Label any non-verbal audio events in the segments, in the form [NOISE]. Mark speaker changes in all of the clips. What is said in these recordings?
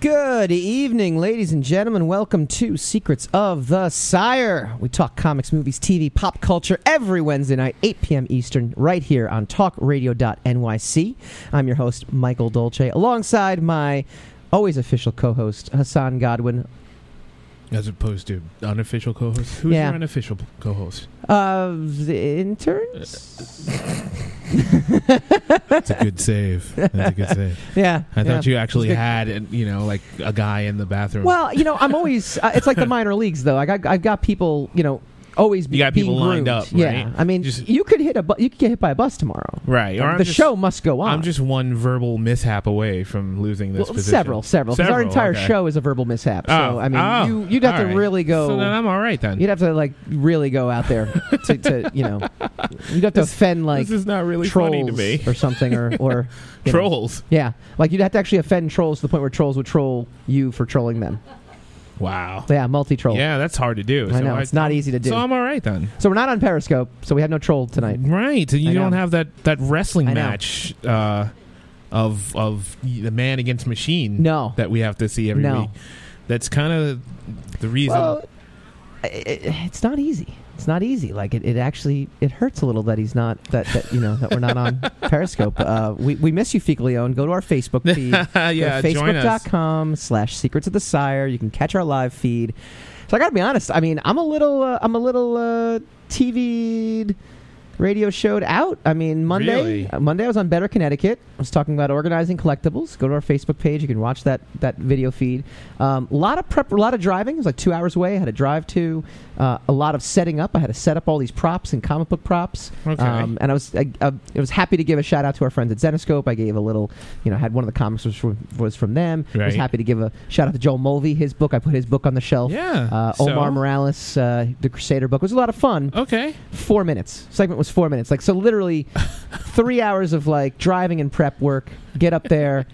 Speaker 1: Good evening, ladies and gentlemen. Welcome to Secrets of the Sire. We talk comics, movies, TV, pop culture every Wednesday night, 8 p.m. Eastern, right here on talkradio.nyc. I'm your host, Michael Dolce, alongside my always official co host, Hassan Godwin.
Speaker 2: As opposed to unofficial co-host. Who's
Speaker 1: Yeah.
Speaker 2: your unofficial p- co-host?
Speaker 1: Of the interns?
Speaker 2: [LAUGHS] That's a good save. [LAUGHS] That's a good save.
Speaker 1: yeah.
Speaker 2: [LAUGHS]
Speaker 1: yeah.
Speaker 2: I thought you actually
Speaker 1: It's good.
Speaker 2: had, an, you know, like a guy in the bathroom.
Speaker 1: Well, you know, I'm always. Uh, it's like the minor leagues, though. I got, I've got people, you know, always. Be,
Speaker 2: You got
Speaker 1: being
Speaker 2: people lined
Speaker 1: groomed.
Speaker 2: up,
Speaker 1: Yeah,
Speaker 2: right?
Speaker 1: I mean,
Speaker 2: Just-
Speaker 1: you could hit a, bu- you could get hit by a bus tomorrow.
Speaker 2: right. Or I'm
Speaker 1: the
Speaker 2: just-
Speaker 1: show must go on.
Speaker 2: I'm just one verbal mishap away from losing this
Speaker 1: well,
Speaker 2: position.
Speaker 1: several, several. 'cause our
Speaker 2: Several,
Speaker 1: entire
Speaker 2: okay.
Speaker 1: show is a verbal mishap. so
Speaker 2: Oh,
Speaker 1: I mean,
Speaker 2: oh,
Speaker 1: you, you'd have
Speaker 2: all
Speaker 1: to
Speaker 2: right.
Speaker 1: really go.
Speaker 2: So then I'm all right then.
Speaker 1: you'd have to like really go out there to, to you know, you'd have to offend like
Speaker 2: this is not really
Speaker 1: trolls
Speaker 2: funny to me.
Speaker 1: or something or or you know.
Speaker 2: Trolls.
Speaker 1: Yeah, like you'd have to actually offend trolls to the point where trolls would troll you for trolling them.
Speaker 2: Wow.
Speaker 1: Yeah, multi-troll.
Speaker 2: Yeah, that's hard to do.
Speaker 1: I
Speaker 2: So
Speaker 1: know it's not easy to do.
Speaker 2: So I'm all right then.
Speaker 1: So we're not on Periscope, so we have no troll tonight.
Speaker 2: Right, and you
Speaker 1: I know.
Speaker 2: don't have that that wrestling
Speaker 1: I know.
Speaker 2: match uh, of of y- the man against machine
Speaker 1: No.
Speaker 2: that we have to see every
Speaker 1: No.
Speaker 2: week. That's kind of the reason.
Speaker 1: Well,
Speaker 2: [LAUGHS]
Speaker 1: i i- it's not easy. It's not easy. Like it, it actually it hurts a little that he's not that, that you know that we're not on Periscope. Uh, we we miss you, Leone. Go to our Facebook
Speaker 2: [LAUGHS]
Speaker 1: feed.
Speaker 2: yeah,
Speaker 1: Go to
Speaker 2: join us.
Speaker 1: Facebook.com slash Secrets of the Sire. You can catch our live feed. So I gotta be honest. I mean, I'm a little uh, I'm a little uh, TV'd. Radio showed out. I mean, Monday.
Speaker 2: Really?
Speaker 1: uh, Monday, I was on Better Connecticut. I was talking about organizing collectibles. Go to our Facebook page. You can watch that that video feed. A lot of prep, a lot of driving. It was like two hours away. I had to drive to. Uh, a lot of setting up. I had to set up all these props and comic book props.
Speaker 2: Okay.
Speaker 1: Um, and I was I, I, I was happy to give a shout out to our friends at Zenoscope. I gave a little, you know, I had one of the comics was from, was from them. I was
Speaker 2: Right.
Speaker 1: happy to give a shout out to Joel Mulvey. His book, I put his book on the shelf.
Speaker 2: Yeah.
Speaker 1: Uh,
Speaker 2: so-
Speaker 1: Omar Morales, uh, the Crusader book It was a lot of fun
Speaker 2: Okay.
Speaker 1: four minutes. Segment was four minutes. Like so,
Speaker 2: [LAUGHS]
Speaker 1: literally, three hours of like driving and prep work. Get up
Speaker 2: [LAUGHS]
Speaker 1: there,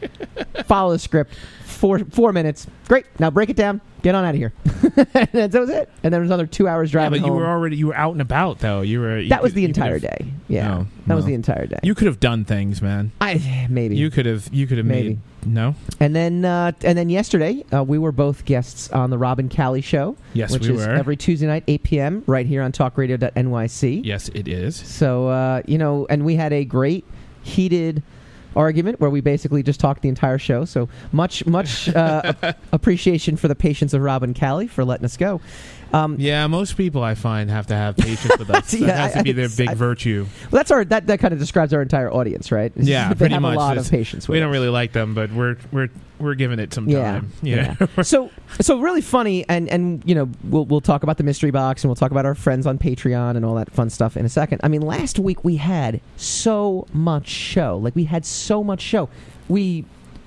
Speaker 1: follow the script. Four four minutes. Great. Now break it down. Get on out of here. [LAUGHS] and that was it. And then there was another two hours
Speaker 2: Yeah,
Speaker 1: driving
Speaker 2: but you
Speaker 1: home.
Speaker 2: were already you were out and about though. You were. you
Speaker 1: that was
Speaker 2: could-
Speaker 1: the
Speaker 2: you could
Speaker 1: entire
Speaker 2: have-
Speaker 1: day. Yeah,
Speaker 2: No,
Speaker 1: that was
Speaker 2: no.
Speaker 1: the entire day.
Speaker 2: You could have done things, man.
Speaker 1: I maybe.
Speaker 2: You could have. You could have
Speaker 1: Maybe.
Speaker 2: made. No.
Speaker 1: and then uh, and then yesterday uh, we were both guests on the Robin Callie show,
Speaker 2: Yes,
Speaker 1: which
Speaker 2: we
Speaker 1: is
Speaker 2: were.
Speaker 1: every Tuesday night 8 p.m. right here on TalkRadio.nyc.
Speaker 2: yes, it is.
Speaker 1: So uh, you know, and we had a great heated argument where we basically just talked the entire show. So much, much
Speaker 2: [LAUGHS]
Speaker 1: uh, ap- appreciation for the patience of Robin Callie for letting us go. Um,
Speaker 2: Yeah, most people I find have to have patience with
Speaker 1: [LAUGHS]
Speaker 2: us.
Speaker 1: Yeah,
Speaker 2: that has
Speaker 1: I-
Speaker 2: to be their
Speaker 1: I-
Speaker 2: big
Speaker 1: I-
Speaker 2: virtue.
Speaker 1: well, that's our that, that kind of describes our entire audience, right? It's [LAUGHS]
Speaker 2: Yeah,
Speaker 1: they
Speaker 2: pretty
Speaker 1: have
Speaker 2: much.
Speaker 1: a lot of
Speaker 2: It's-
Speaker 1: patience.
Speaker 2: We
Speaker 1: with
Speaker 2: don't
Speaker 1: us.
Speaker 2: really like them, but we're we're we're giving it some
Speaker 1: Yeah,
Speaker 2: time.
Speaker 1: [LAUGHS]
Speaker 2: Yeah.
Speaker 1: so so really funny and and you know we'll we'll talk about the mystery box and we'll talk about our friends on Patreon and all that fun stuff in a second. I mean, last week we had so much show. Like we had so much show. We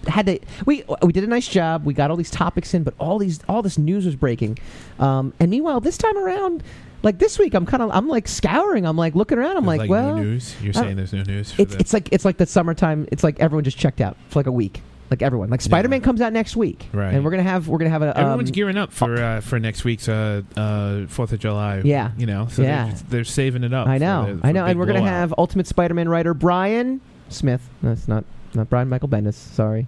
Speaker 1: had to we we did a nice job. We got all these topics in, but all these all this news was breaking. Um, and meanwhile, this time around, like this week, I'm kind of I'm like scouring. I'm like looking around. I'm
Speaker 2: There's,
Speaker 1: like, well,
Speaker 2: no news. You're
Speaker 1: I
Speaker 2: saying there's no news. For
Speaker 1: it's
Speaker 2: the-
Speaker 1: it's like it's like the summertime. It's like everyone just checked out for like a week. Like everyone, like Spider Man comes out next week,
Speaker 2: Right.
Speaker 1: And we're gonna have we're gonna have a um,
Speaker 2: everyone's gearing up for uh, for next week's uh, uh, Fourth of July.
Speaker 1: Yeah.
Speaker 2: you know, so
Speaker 1: Yeah.
Speaker 2: they're, just- they're saving it up.
Speaker 1: I
Speaker 2: for
Speaker 1: know,
Speaker 2: the- for
Speaker 1: I know,
Speaker 2: the
Speaker 1: and
Speaker 2: big
Speaker 1: we're gonna
Speaker 2: blowout.
Speaker 1: have Ultimate Spider-Man writer Brian Smith. No, it's not not Brian Michael Bendis.
Speaker 2: [LAUGHS]
Speaker 1: Sorry,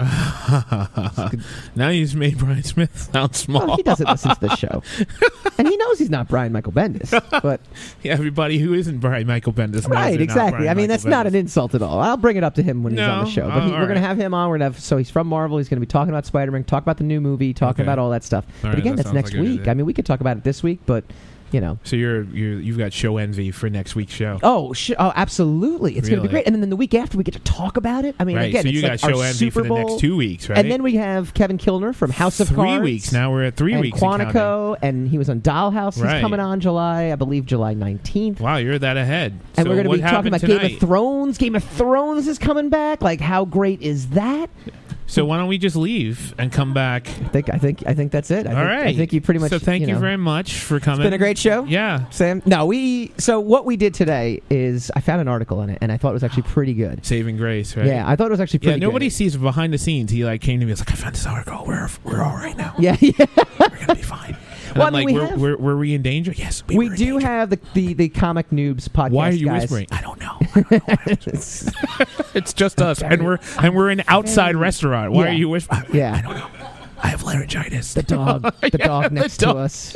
Speaker 1: [LAUGHS]
Speaker 2: now you just made Brian Smith sound small.
Speaker 1: well, he doesn't listen to this show, [LAUGHS] and he knows he's not Brian Michael
Speaker 2: [LAUGHS]
Speaker 1: Bendis. But
Speaker 2: Yeah, [LAUGHS] everybody who isn't Brian Michael Bendis, knows they're
Speaker 1: right,
Speaker 2: not
Speaker 1: exactly.
Speaker 2: Brian
Speaker 1: I mean,
Speaker 2: Michael
Speaker 1: that's not
Speaker 2: Bendis.
Speaker 1: an insult at all. I'll bring it up to him when he's on the
Speaker 2: No,
Speaker 1: show. But
Speaker 2: uh,
Speaker 1: he,
Speaker 2: all
Speaker 1: we're gonna
Speaker 2: right.
Speaker 1: have him on. We're gonna have so he's from Marvel. He's gonna be talking about Spider-Man, talking about the new movie, talking
Speaker 2: Okay.
Speaker 1: about all that stuff.
Speaker 2: All
Speaker 1: but
Speaker 2: right,
Speaker 1: again,
Speaker 2: that
Speaker 1: that's
Speaker 2: sounds
Speaker 1: next
Speaker 2: like a good
Speaker 1: week.
Speaker 2: idea.
Speaker 1: I mean, we could talk about it this week, but you know.
Speaker 2: So you're you're you've got show envy for next week's show.
Speaker 1: Oh, sh- oh, absolutely! It's going to be
Speaker 2: Really?
Speaker 1: great, and then the week after we get to talk about it. I mean,
Speaker 2: right.
Speaker 1: again,
Speaker 2: so you
Speaker 1: it's
Speaker 2: got
Speaker 1: like
Speaker 2: show
Speaker 1: our
Speaker 2: envy
Speaker 1: Super
Speaker 2: for the
Speaker 1: Bowl,
Speaker 2: next two weeks, right?
Speaker 1: And then we have Kevin Kilner from House of
Speaker 2: three
Speaker 1: Cards.
Speaker 2: weeks. Now we're at three
Speaker 1: and
Speaker 2: weeks. and counting.
Speaker 1: Quantico, and he was on Dollhouse. He's
Speaker 2: Right.
Speaker 1: coming on July, I believe, July nineteenth.
Speaker 2: Wow, you're that ahead.
Speaker 1: And
Speaker 2: so
Speaker 1: we're going to
Speaker 2: what
Speaker 1: be talking
Speaker 2: happened
Speaker 1: about
Speaker 2: tonight?
Speaker 1: Game of Thrones. Game of Thrones is coming back. Like, how great is that?
Speaker 2: So why don't we just leave and come back?
Speaker 1: I think, I think, I think that's it. I
Speaker 2: All right.
Speaker 1: think, I think you pretty much.
Speaker 2: So thank you,
Speaker 1: know,
Speaker 2: very much for coming.
Speaker 1: It's been a great show.
Speaker 2: Yeah.
Speaker 1: Sam. No, we. So what we did today is I found an article in it, and I thought it was actually pretty good.
Speaker 2: Saving Grace, right?
Speaker 1: Yeah, I thought it was actually
Speaker 2: Yeah,
Speaker 1: pretty. good.
Speaker 2: nobody sees behind the scenes. He like came to me. It's like I found this article. We're we're all right now.
Speaker 1: Yeah, [LAUGHS] yeah.
Speaker 2: We're gonna be fine.
Speaker 1: [LAUGHS]
Speaker 2: And
Speaker 1: Well,
Speaker 2: I'm
Speaker 1: I mean,
Speaker 2: like,
Speaker 1: we
Speaker 2: were,
Speaker 1: have-
Speaker 2: were, were we in danger? Yes, we,
Speaker 1: We
Speaker 2: were in
Speaker 1: do
Speaker 2: danger.
Speaker 1: have the, the the comic noobs podcast.
Speaker 2: Why are you
Speaker 1: guys.
Speaker 2: whispering? I don't know. [LAUGHS] I don't know. it's just us, and we're and we're in an outside restaurant. Why
Speaker 1: Yeah.
Speaker 2: are you whispering?
Speaker 1: Yeah.
Speaker 2: I don't know. I have laryngitis.
Speaker 1: The
Speaker 2: [LAUGHS]
Speaker 1: dog, the dog next
Speaker 2: dog.
Speaker 1: to us,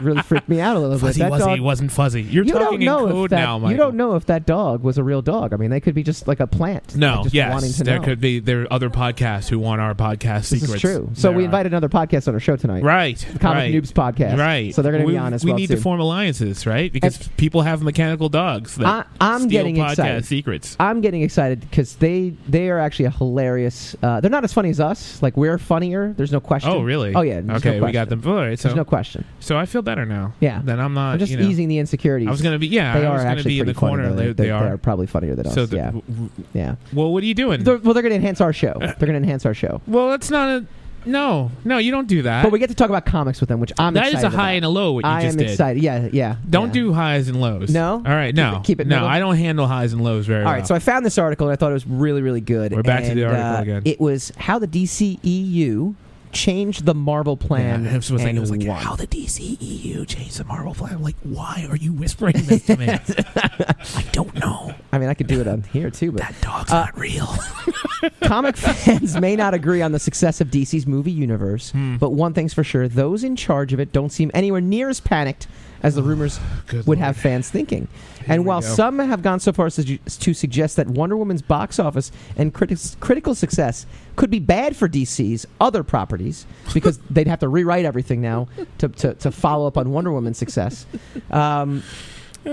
Speaker 1: really freaked me out a little
Speaker 2: fuzzy
Speaker 1: bit. That
Speaker 2: wuzzy
Speaker 1: dog,
Speaker 2: wasn't fuzzy. You're
Speaker 1: you
Speaker 2: talking
Speaker 1: don't know if
Speaker 2: in code
Speaker 1: that,
Speaker 2: now, Michael.
Speaker 1: you don't know if that dog was a real dog. I mean, they could be just like a plant.
Speaker 2: No,
Speaker 1: just wanting
Speaker 2: yes,
Speaker 1: to
Speaker 2: there
Speaker 1: know.
Speaker 2: could be there are other podcasts who want our podcast
Speaker 1: this
Speaker 2: secrets.
Speaker 1: is true. So
Speaker 2: There
Speaker 1: we
Speaker 2: are.
Speaker 1: invited another podcast on our show tonight,
Speaker 2: right,
Speaker 1: Comic
Speaker 2: right,
Speaker 1: Noobs Podcast.
Speaker 2: right.
Speaker 1: So they're going to
Speaker 2: we,
Speaker 1: be on as
Speaker 2: We
Speaker 1: well
Speaker 2: need
Speaker 1: soon.
Speaker 2: to form alliances, right? Because people have mechanical dogs that
Speaker 1: I, I'm
Speaker 2: steal
Speaker 1: getting
Speaker 2: podcast
Speaker 1: excited.
Speaker 2: secrets.
Speaker 1: I'm getting excited because they they are actually a hilarious. Uh, they're not as funny as us. Like we're funnier. There's no question.
Speaker 2: Oh, really?
Speaker 1: Oh yeah. there's
Speaker 2: Okay,
Speaker 1: no
Speaker 2: we got
Speaker 1: question.
Speaker 2: them. All right, so
Speaker 1: There's no question.
Speaker 2: so I feel better now.
Speaker 1: Yeah.
Speaker 2: Then I'm not.
Speaker 1: I'm just
Speaker 2: you know,
Speaker 1: easing the insecurities.
Speaker 2: I was gonna be yeah.
Speaker 1: they
Speaker 2: I
Speaker 1: are
Speaker 2: was gonna
Speaker 1: actually
Speaker 2: be in
Speaker 1: pretty
Speaker 2: the corner.
Speaker 1: Funny, though.
Speaker 2: They, they are.
Speaker 1: probably funnier than us.
Speaker 2: So the,
Speaker 1: yeah,
Speaker 2: w- w-
Speaker 1: yeah.
Speaker 2: well, what are you doing?
Speaker 1: They're- well, they're going to enhance our show. They're going to enhance our
Speaker 2: [LAUGHS]
Speaker 1: show.
Speaker 2: well, that's not a no, no. You don't do that.
Speaker 1: But we get to talk about comics with them, which I'm
Speaker 2: That is
Speaker 1: excited
Speaker 2: a high
Speaker 1: about.
Speaker 2: and a low. What you
Speaker 1: I
Speaker 2: just
Speaker 1: am
Speaker 2: did.
Speaker 1: excited. Yeah, yeah.
Speaker 2: Don't
Speaker 1: yeah.
Speaker 2: do highs and lows.
Speaker 1: No?
Speaker 2: All right.
Speaker 1: Keep
Speaker 2: no.
Speaker 1: it- keep it
Speaker 2: no.
Speaker 1: middle?
Speaker 2: I don't handle highs and lows very
Speaker 1: All
Speaker 2: well.
Speaker 1: right, so I found this article and I thought it was really, really good.
Speaker 2: We're back to the
Speaker 1: And,
Speaker 2: article
Speaker 1: uh,
Speaker 2: again.
Speaker 1: It was how the DCEU changed the Marvel plan.
Speaker 2: Yeah, I was thinking,
Speaker 1: and
Speaker 2: it was like,
Speaker 1: won.
Speaker 2: how the DCEU changed the Marvel flag. I'm like, why are you whispering
Speaker 1: [LAUGHS]
Speaker 2: this to me? I don't know.
Speaker 1: I mean, I could do it on
Speaker 2: [LAUGHS]
Speaker 1: here too, but
Speaker 2: That dog's
Speaker 1: Uh,
Speaker 2: not real. [LAUGHS]
Speaker 1: comic fans may not agree on the success of DC's movie universe,
Speaker 2: Hmm.
Speaker 1: but one thing's for sure: those in charge of it don't seem anywhere near as panicked as the
Speaker 2: Hmm.
Speaker 1: rumors
Speaker 2: [LAUGHS] Good
Speaker 1: would
Speaker 2: Lord.
Speaker 1: have fans thinking.
Speaker 2: Here
Speaker 1: and
Speaker 2: we
Speaker 1: while
Speaker 2: go.
Speaker 1: some have gone so far as to to suggest that Wonder Woman's box office and criti- critical success could be bad for DC's other properties
Speaker 2: [LAUGHS]
Speaker 1: because they'd have to rewrite everything now to, to, to follow up on Wonder Woman's success. Um,
Speaker 2: [SIGHS]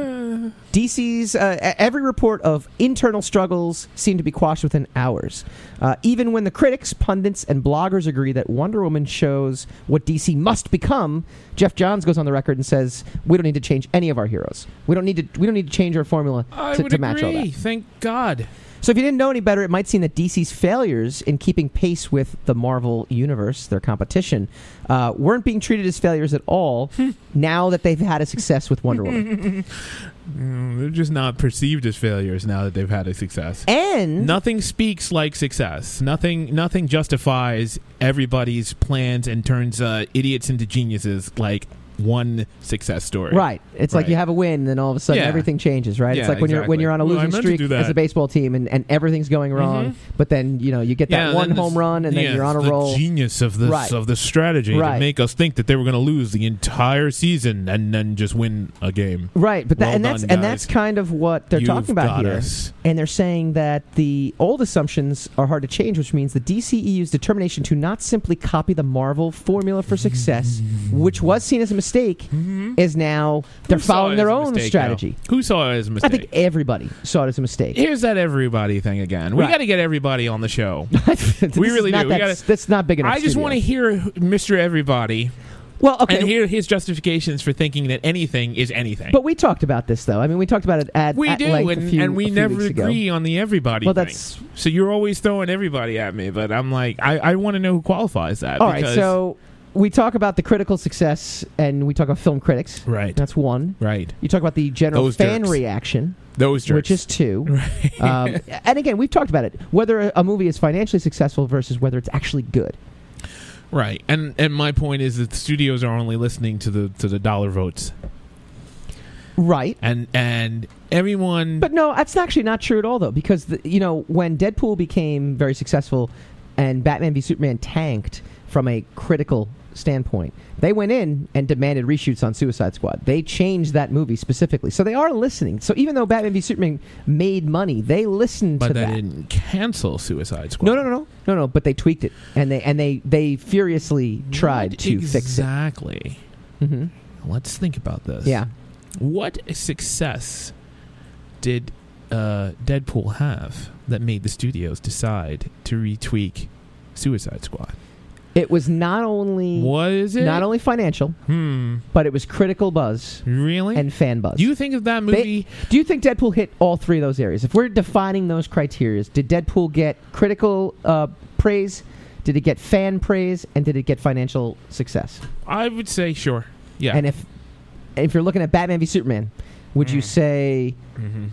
Speaker 1: DC's uh, e- every report of internal struggles seemed to be quashed within hours. Uh, even when the critics, pundits, and bloggers agree that Wonder Woman shows what DC must become, Jeff Johns goes on the record and says, "We don't need to change any of our heroes. We don't need to. We don't need to change our formula
Speaker 2: I
Speaker 1: to,
Speaker 2: would
Speaker 1: to match all
Speaker 2: agree.
Speaker 1: that."
Speaker 2: Thank
Speaker 1: [LAUGHS]
Speaker 2: God.
Speaker 1: So, if you didn't know any better, it might seem that DC's failures in keeping pace with the Marvel universe, their competition, uh, weren't being treated as failures at all. now that they've had a success with Wonder
Speaker 2: [LAUGHS]
Speaker 1: Woman,
Speaker 2: Mm, they're just not perceived as failures now that they've had a success.
Speaker 1: and
Speaker 2: Nothing speaks like success. Nothing, nothing justifies everybody's plans and turns uh, idiots into geniuses like one success story.
Speaker 1: Right. It's like
Speaker 2: Right.
Speaker 1: you have a win, then all of a sudden
Speaker 2: Yeah.
Speaker 1: everything changes, right?
Speaker 2: Yeah,
Speaker 1: it's like when you're when
Speaker 2: exactly.
Speaker 1: you're on a
Speaker 2: Ooh, I
Speaker 1: losing
Speaker 2: meant to
Speaker 1: streak
Speaker 2: do that.
Speaker 1: as a baseball team and, and everything's going wrong,
Speaker 2: Mhm.
Speaker 1: but then you know you get that
Speaker 2: Yeah,
Speaker 1: one
Speaker 2: then
Speaker 1: home
Speaker 2: this-
Speaker 1: run and
Speaker 2: yeah,
Speaker 1: then you're on a
Speaker 2: the
Speaker 1: roll.
Speaker 2: Genius of this
Speaker 1: Right.
Speaker 2: of the strategy
Speaker 1: Right.
Speaker 2: to make us think that they were going to lose the entire season and then just win a game.
Speaker 1: Right, but that,
Speaker 2: Well
Speaker 1: and that's
Speaker 2: done,
Speaker 1: and
Speaker 2: guys.
Speaker 1: that's kind of what they're
Speaker 2: You've
Speaker 1: talking about
Speaker 2: got
Speaker 1: here.
Speaker 2: us.
Speaker 1: And they're saying that the old assumptions are hard to change, which means the DCEU's determination to not simply copy the Marvel formula for success,
Speaker 2: Mm-hmm.
Speaker 1: which was seen as a mistake, is now they're
Speaker 2: Who saw it
Speaker 1: following their
Speaker 2: as a
Speaker 1: own
Speaker 2: mistake,
Speaker 1: strategy.
Speaker 2: though? Mm-hmm. Who saw it as a
Speaker 1: I
Speaker 2: mistake?
Speaker 1: think everybody saw it as a mistake.
Speaker 2: Here's that everybody thing again. We
Speaker 1: Right.
Speaker 2: got to get everybody on the show.
Speaker 1: [LAUGHS] This
Speaker 2: We
Speaker 1: is
Speaker 2: really
Speaker 1: not
Speaker 2: do. We
Speaker 1: That,
Speaker 2: gotta-
Speaker 1: that's not big enough.
Speaker 2: I just
Speaker 1: studio.
Speaker 2: want to hear Mr. Everybody
Speaker 1: Well, okay.
Speaker 2: and hear his justifications for thinking that anything is anything.
Speaker 1: but we talked about this though. I mean, we talked about it at
Speaker 2: we
Speaker 1: at
Speaker 2: do,
Speaker 1: length
Speaker 2: and,
Speaker 1: a few,
Speaker 2: and
Speaker 1: a
Speaker 2: we
Speaker 1: few
Speaker 2: never
Speaker 1: weeks ago.
Speaker 2: agree on the everybody
Speaker 1: Well,
Speaker 2: thing.
Speaker 1: that's
Speaker 2: So you're always throwing everybody at me, but I'm like, I, I want to know who qualifies that.
Speaker 1: all right.
Speaker 2: uh, because-
Speaker 1: So we talk about the critical success, and we talk about film critics.
Speaker 2: right,
Speaker 1: That's one.
Speaker 2: right,
Speaker 1: You talk about the general
Speaker 2: Those
Speaker 1: fan
Speaker 2: jerks.
Speaker 1: reaction,
Speaker 2: those jerks.
Speaker 1: which is
Speaker 2: [LAUGHS]
Speaker 1: two. um, and again, we've talked about it. Whether a- a movie is financially successful versus whether it's actually good.
Speaker 2: right, and and my point is that the studios are only listening to the to the dollar votes,
Speaker 1: Right.
Speaker 2: and and everyone.
Speaker 1: But no, that's actually not true at all, though, because the, you know when Deadpool became very successful, and Batman v Superman tanked from a critical standpoint, they went in and demanded reshoots on Suicide Squad. They changed that movie specifically, so they are listening. So even though Batman v Superman made money, they listened
Speaker 2: but
Speaker 1: to
Speaker 2: they
Speaker 1: that.
Speaker 2: didn't cancel Suicide Squad.
Speaker 1: No, no, no, no, no, no. But they tweaked it, and they and they they furiously tried
Speaker 2: What
Speaker 1: to fix it.
Speaker 2: exactly.
Speaker 1: hmm
Speaker 2: Let's think about this.
Speaker 1: Yeah,
Speaker 2: What success did uh, Deadpool have that made the studios decide to retweak Suicide Squad?
Speaker 1: it was not only
Speaker 2: What is it?
Speaker 1: Mm. not only financial,
Speaker 2: Hmm.
Speaker 1: but it was critical buzz
Speaker 2: Really?
Speaker 1: and fan buzz.
Speaker 2: Do you think of that
Speaker 1: They-
Speaker 2: movie?
Speaker 1: Do you think Deadpool hit all three of those areas? If we're defining those criteria, did Deadpool get critical uh, praise? Did it get fan praise? And did it get financial success?
Speaker 2: I would say sure. Yeah.
Speaker 1: And if if you're looking at Batman v Superman, would you
Speaker 2: Mm.
Speaker 1: say
Speaker 2: mm-hmm.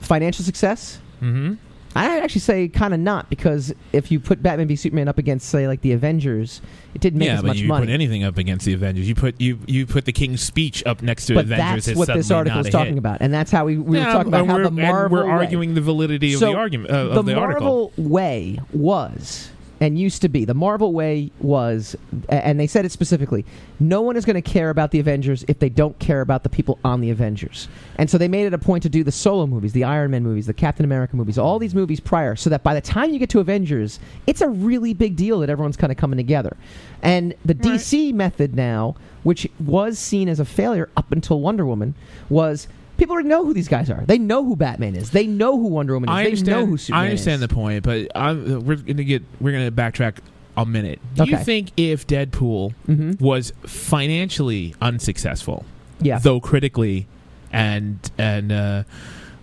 Speaker 1: financial success?
Speaker 2: Mm-hmm.
Speaker 1: I'd actually say kind of not because if you put Batman v Superman up against say like the Avengers, it didn't make
Speaker 2: yeah,
Speaker 1: as
Speaker 2: but
Speaker 1: much
Speaker 2: you
Speaker 1: money.
Speaker 2: put anything up against the Avengers. You put you you put the King's Speech up next to
Speaker 1: but
Speaker 2: Avengers.
Speaker 1: that's
Speaker 2: it's
Speaker 1: what this
Speaker 2: suddenly
Speaker 1: article
Speaker 2: not
Speaker 1: is
Speaker 2: a
Speaker 1: talking
Speaker 2: hit.
Speaker 1: about, and that's how we, we
Speaker 2: Yeah,
Speaker 1: were talking about
Speaker 2: and
Speaker 1: how
Speaker 2: we're,
Speaker 1: the
Speaker 2: and
Speaker 1: Marvel
Speaker 2: we're
Speaker 1: way-
Speaker 2: arguing the validity uh, of
Speaker 1: So,
Speaker 2: the argument uh, of the,
Speaker 1: the
Speaker 2: article.
Speaker 1: Marvel way was, and used to be the Marvel way was, a- and they said it specifically. No one is going to care about the Avengers if they don't care about the people on the Avengers. And so they made it a point to do the solo movies, the Iron Man movies, the Captain America movies, all these movies prior, so that by the time you get to Avengers, it's a really big deal that everyone's kind of coming together. And the
Speaker 3: Right.
Speaker 1: DC method now, which was seen as a failure up until Wonder Woman, was people already know who these guys are. They know who Batman is. They know who Wonder Woman is.
Speaker 2: I
Speaker 1: they
Speaker 2: understand.
Speaker 1: know who Superman
Speaker 2: I understand
Speaker 1: is.
Speaker 2: the point, but I'm, we're gonna get we're gonna backtrack a minute. Do you
Speaker 1: Okay.
Speaker 2: think if Deadpool
Speaker 1: hmm
Speaker 2: was financially unsuccessful,
Speaker 1: Yeah.
Speaker 2: though critically and and uh,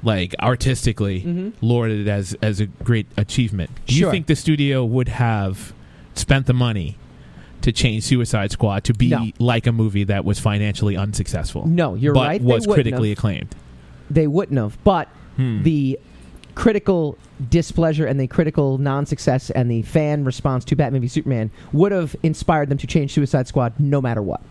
Speaker 2: like artistically
Speaker 1: hmm
Speaker 2: lauded as as a great achievement, do
Speaker 1: Sure.
Speaker 2: you think the studio would have spent the money? To change Suicide Squad to be
Speaker 1: No.
Speaker 2: like a movie that was financially unsuccessful,
Speaker 1: No, you're
Speaker 2: but
Speaker 1: right.
Speaker 2: was
Speaker 1: they wouldn't
Speaker 2: critically
Speaker 1: Have,
Speaker 2: acclaimed.
Speaker 1: they wouldn't have. But
Speaker 2: Hmm.
Speaker 1: the critical displeasure and the critical non-success and the fan response to Batman v Superman would have inspired them to change Suicide Squad no matter what.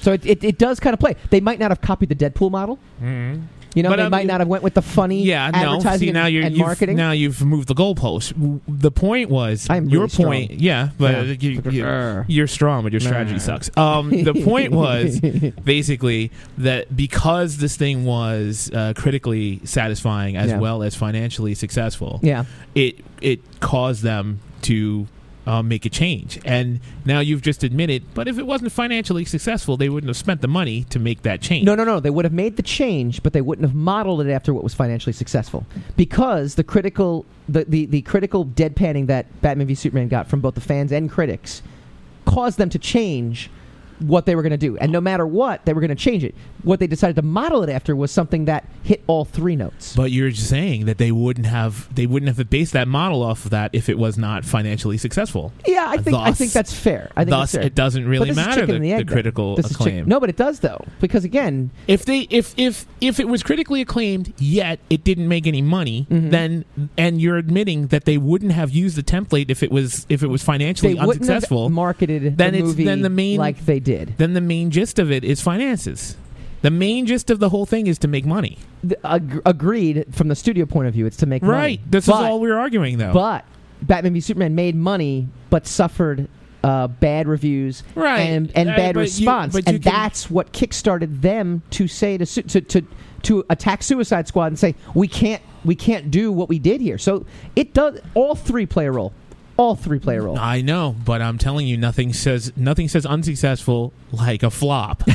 Speaker 1: So it, it, it does kind of play. They might not have copied the Deadpool model.
Speaker 2: Mhm.
Speaker 1: You know,
Speaker 2: But,
Speaker 1: they
Speaker 2: um,
Speaker 1: might not have went with the funny
Speaker 2: yeah, no.
Speaker 1: Mm-hmm. advertising
Speaker 2: See, now
Speaker 1: and,
Speaker 2: you're,
Speaker 1: and
Speaker 2: you've,
Speaker 1: marketing.
Speaker 2: Now you've moved the goalpost. W- The point was
Speaker 1: I'm
Speaker 2: your
Speaker 1: really strong.
Speaker 2: point. Yeah, but
Speaker 1: Yeah.
Speaker 2: You, you,
Speaker 1: Grr.
Speaker 2: you're strong, but your strategy
Speaker 1: Nah.
Speaker 2: sucks. Um, the
Speaker 1: [LAUGHS]
Speaker 2: point was basically that because this thing was uh, critically satisfying as
Speaker 1: Yeah.
Speaker 2: well as financially successful,
Speaker 1: yeah,
Speaker 2: it it caused them to. Uh, make a change, and now you've just admitted. But if it wasn't financially successful, they wouldn't have spent the money to make that change.
Speaker 1: no, no, no. They would have made the change, but they wouldn't have modeled it after what was financially successful because the critical, the the, the critical deadpanning that Batman v Superman got from both the fans and critics caused them to change what they were going to do. And no matter what, they were going to change it. What they decided to model it after was something that hit all three notes.
Speaker 2: But you're just saying that they wouldn't have they wouldn't have based that model off of that if it was not financially successful.
Speaker 1: yeah, I think I
Speaker 2: thus-
Speaker 1: think that's fair. I think
Speaker 2: Thus,
Speaker 1: that's fair.
Speaker 2: it doesn't really
Speaker 1: this is
Speaker 2: matter
Speaker 1: chicken
Speaker 2: the,
Speaker 1: and the egg,
Speaker 2: the
Speaker 1: though.
Speaker 2: critical
Speaker 1: This is chick-
Speaker 2: acclaim.
Speaker 1: no, but it does though because again,
Speaker 2: If they if if if it was critically acclaimed yet it didn't make any money,
Speaker 1: Mhm.
Speaker 2: then and you're admitting that they wouldn't have used the template if it was if it was
Speaker 1: they
Speaker 2: financially
Speaker 1: wouldn't
Speaker 2: unsuccessful.
Speaker 1: have marketed
Speaker 2: then
Speaker 1: the
Speaker 2: it's-
Speaker 1: movie
Speaker 2: then the main-
Speaker 1: like they did.
Speaker 2: then the main gist of it is finances. The main gist of the whole thing is to make money.
Speaker 1: Th- ag- agreed from the studio point of view, it's to make money.
Speaker 2: Right. This
Speaker 1: but,
Speaker 2: is all we're arguing though.
Speaker 1: But Batman v Superman made money, but suffered uh, bad reviews
Speaker 2: right.
Speaker 1: and and
Speaker 2: Uh,
Speaker 1: bad
Speaker 2: but you-
Speaker 1: response,
Speaker 2: but you
Speaker 1: and
Speaker 2: can-
Speaker 1: that's what kickstarted them to say to, su- to to to attack Suicide Squad and say we can't we can't do what we did here. So it does all three play a role, all three play a
Speaker 2: [LAUGHS]
Speaker 1: role.
Speaker 2: I know, but I'm telling you, nothing says nothing says unsuccessful like a flop.
Speaker 1: [LAUGHS]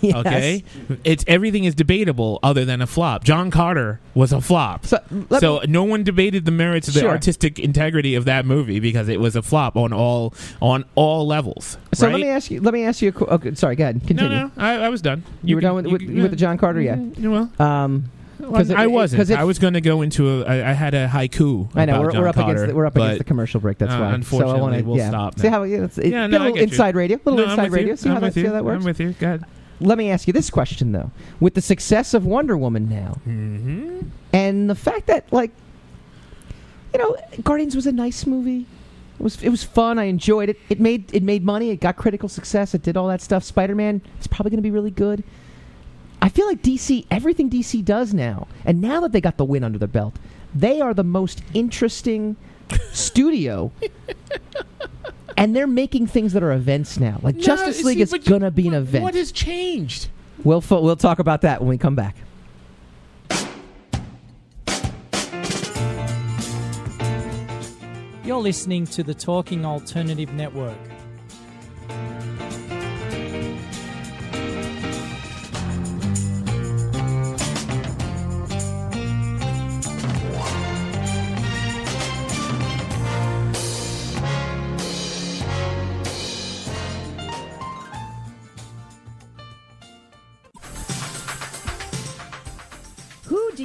Speaker 1: Yes.
Speaker 2: Okay, it's everything is debatable other than a flop. John Carter was a flop, so,
Speaker 1: So let me-
Speaker 2: no one debated the merits of the
Speaker 1: Sure.
Speaker 2: artistic integrity of that movie because it was a flop on all on all levels.
Speaker 1: so
Speaker 2: right?
Speaker 1: let me ask you. Let me ask you. A qu- okay, sorry, go ahead.
Speaker 2: no,
Speaker 1: Continue.
Speaker 2: no, I, I was done.
Speaker 1: You, were
Speaker 2: can-
Speaker 1: done with with,
Speaker 2: can- Mm-hmm. Mm,
Speaker 1: with the John Carter, yeah.
Speaker 2: Well,
Speaker 1: Um, 'Cause it-
Speaker 2: I
Speaker 1: it-
Speaker 2: wasn't.
Speaker 1: 'cause it-
Speaker 2: I was going to go into a. I, I had a haiku.
Speaker 1: I know
Speaker 2: about
Speaker 1: we're,
Speaker 2: John
Speaker 1: we're up
Speaker 2: Carter,
Speaker 1: against the, we're up
Speaker 2: but-
Speaker 1: against the commercial break. That's
Speaker 2: uh,
Speaker 1: why. so
Speaker 2: unfortunately,
Speaker 1: I wanna,
Speaker 2: we'll
Speaker 1: yeah.
Speaker 2: stop
Speaker 1: See
Speaker 2: now.
Speaker 1: how yeah, it's, it,
Speaker 2: Yeah,
Speaker 1: get
Speaker 2: no, I
Speaker 1: a little
Speaker 2: get you.
Speaker 1: inside radio, a
Speaker 2: No,
Speaker 1: little
Speaker 2: I'm
Speaker 1: inside
Speaker 2: with you.
Speaker 1: radio. See
Speaker 2: I'm
Speaker 1: how that
Speaker 2: with
Speaker 1: see
Speaker 2: you.
Speaker 1: how that works.
Speaker 2: I'm with you. God.
Speaker 1: Let me ask you this question though: With the success of Wonder Woman now,
Speaker 2: Mm-hmm.
Speaker 1: and the fact that like, you know, Guardians was a nice movie. It was it was fun. I enjoyed it. It made it made money. It got critical success. It did all that stuff. Spider Man. It's probably going to be really good. I feel like DC, everything DC does now, and now that they got the win under their belt, they are the most
Speaker 2: [LAUGHS]
Speaker 1: interesting studio. And they're making things that are events now. Like
Speaker 2: No,
Speaker 1: Justice
Speaker 2: see,
Speaker 1: League is
Speaker 2: but you-
Speaker 1: gonna be an
Speaker 2: what-
Speaker 1: event.
Speaker 2: What has changed?
Speaker 1: We'll fo- we'll talk about that when we come back.
Speaker 4: You're listening to the Talking Alternative Network.
Speaker 5: Who do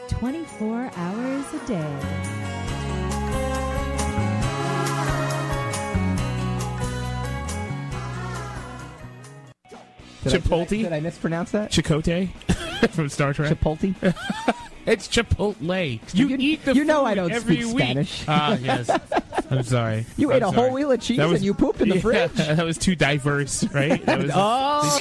Speaker 6: 24 hours a day.
Speaker 1: Did I- did I-
Speaker 2: Chipotle?
Speaker 1: Did I mispronounce that?
Speaker 2: Chicote [LAUGHS] from Star Trek.
Speaker 1: Chipotle.
Speaker 2: it's Chipotle. You, eat the
Speaker 1: You know
Speaker 2: food
Speaker 1: I don't
Speaker 2: every
Speaker 1: speak
Speaker 2: week.
Speaker 1: Spanish.
Speaker 2: [LAUGHS] Ah, yes. I'm sorry.
Speaker 1: [LAUGHS] You
Speaker 2: I'm
Speaker 1: ate a
Speaker 2: sorry.
Speaker 1: whole wheel of cheese
Speaker 2: That was-
Speaker 1: and you pooped in the
Speaker 2: [LAUGHS] Yeah,
Speaker 1: fridge.
Speaker 2: That was too diverse, right?
Speaker 1: [LAUGHS]
Speaker 2: That was
Speaker 1: Oh,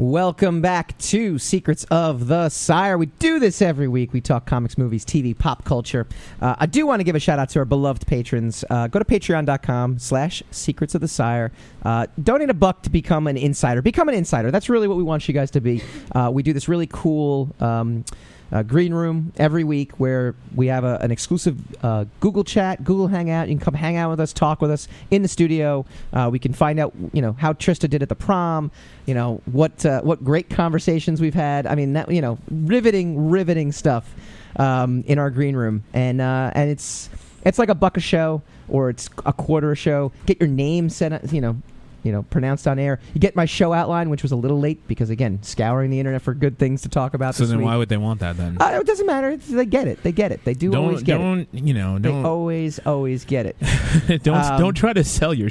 Speaker 1: Welcome back to Secrets of the Sire. We do this every week. We talk comics, movies, TV, pop culture. Uh, I do want to give a shout out to our beloved patrons. Uh, go to patreon.com slash secrets of the sire. Uh, donate a buck to become an insider. Become an insider. That's really what we want you guys to be. Uh, we do this really cool um, uh, green room every week where we have a, an exclusive uh, Google chat, Google Hangout. You can come hang out with us, talk with us in the studio. Uh, we can find out, you know, how Trista did at the prom. You know what uh, what great conversations we've had. I mean, that you know, riveting, riveting stuff um, in our green room, and uh, and it's it's like a buck a show or it's a quarter a show. Get your name sent, you know. You know, pronounced on air. You get my show outline, which was a little late because, again, scouring the internet for good things to talk about.
Speaker 2: So
Speaker 1: this
Speaker 2: then,
Speaker 1: week.
Speaker 2: why would they want that then?
Speaker 1: Uh, it doesn't matter. It's- they get it. They get it. They do
Speaker 2: don't
Speaker 1: always get it.
Speaker 2: don't you know?
Speaker 1: They
Speaker 2: Don't
Speaker 1: always, always get
Speaker 2: [LAUGHS]
Speaker 1: it.
Speaker 2: don't
Speaker 1: um,
Speaker 2: don't try to sell your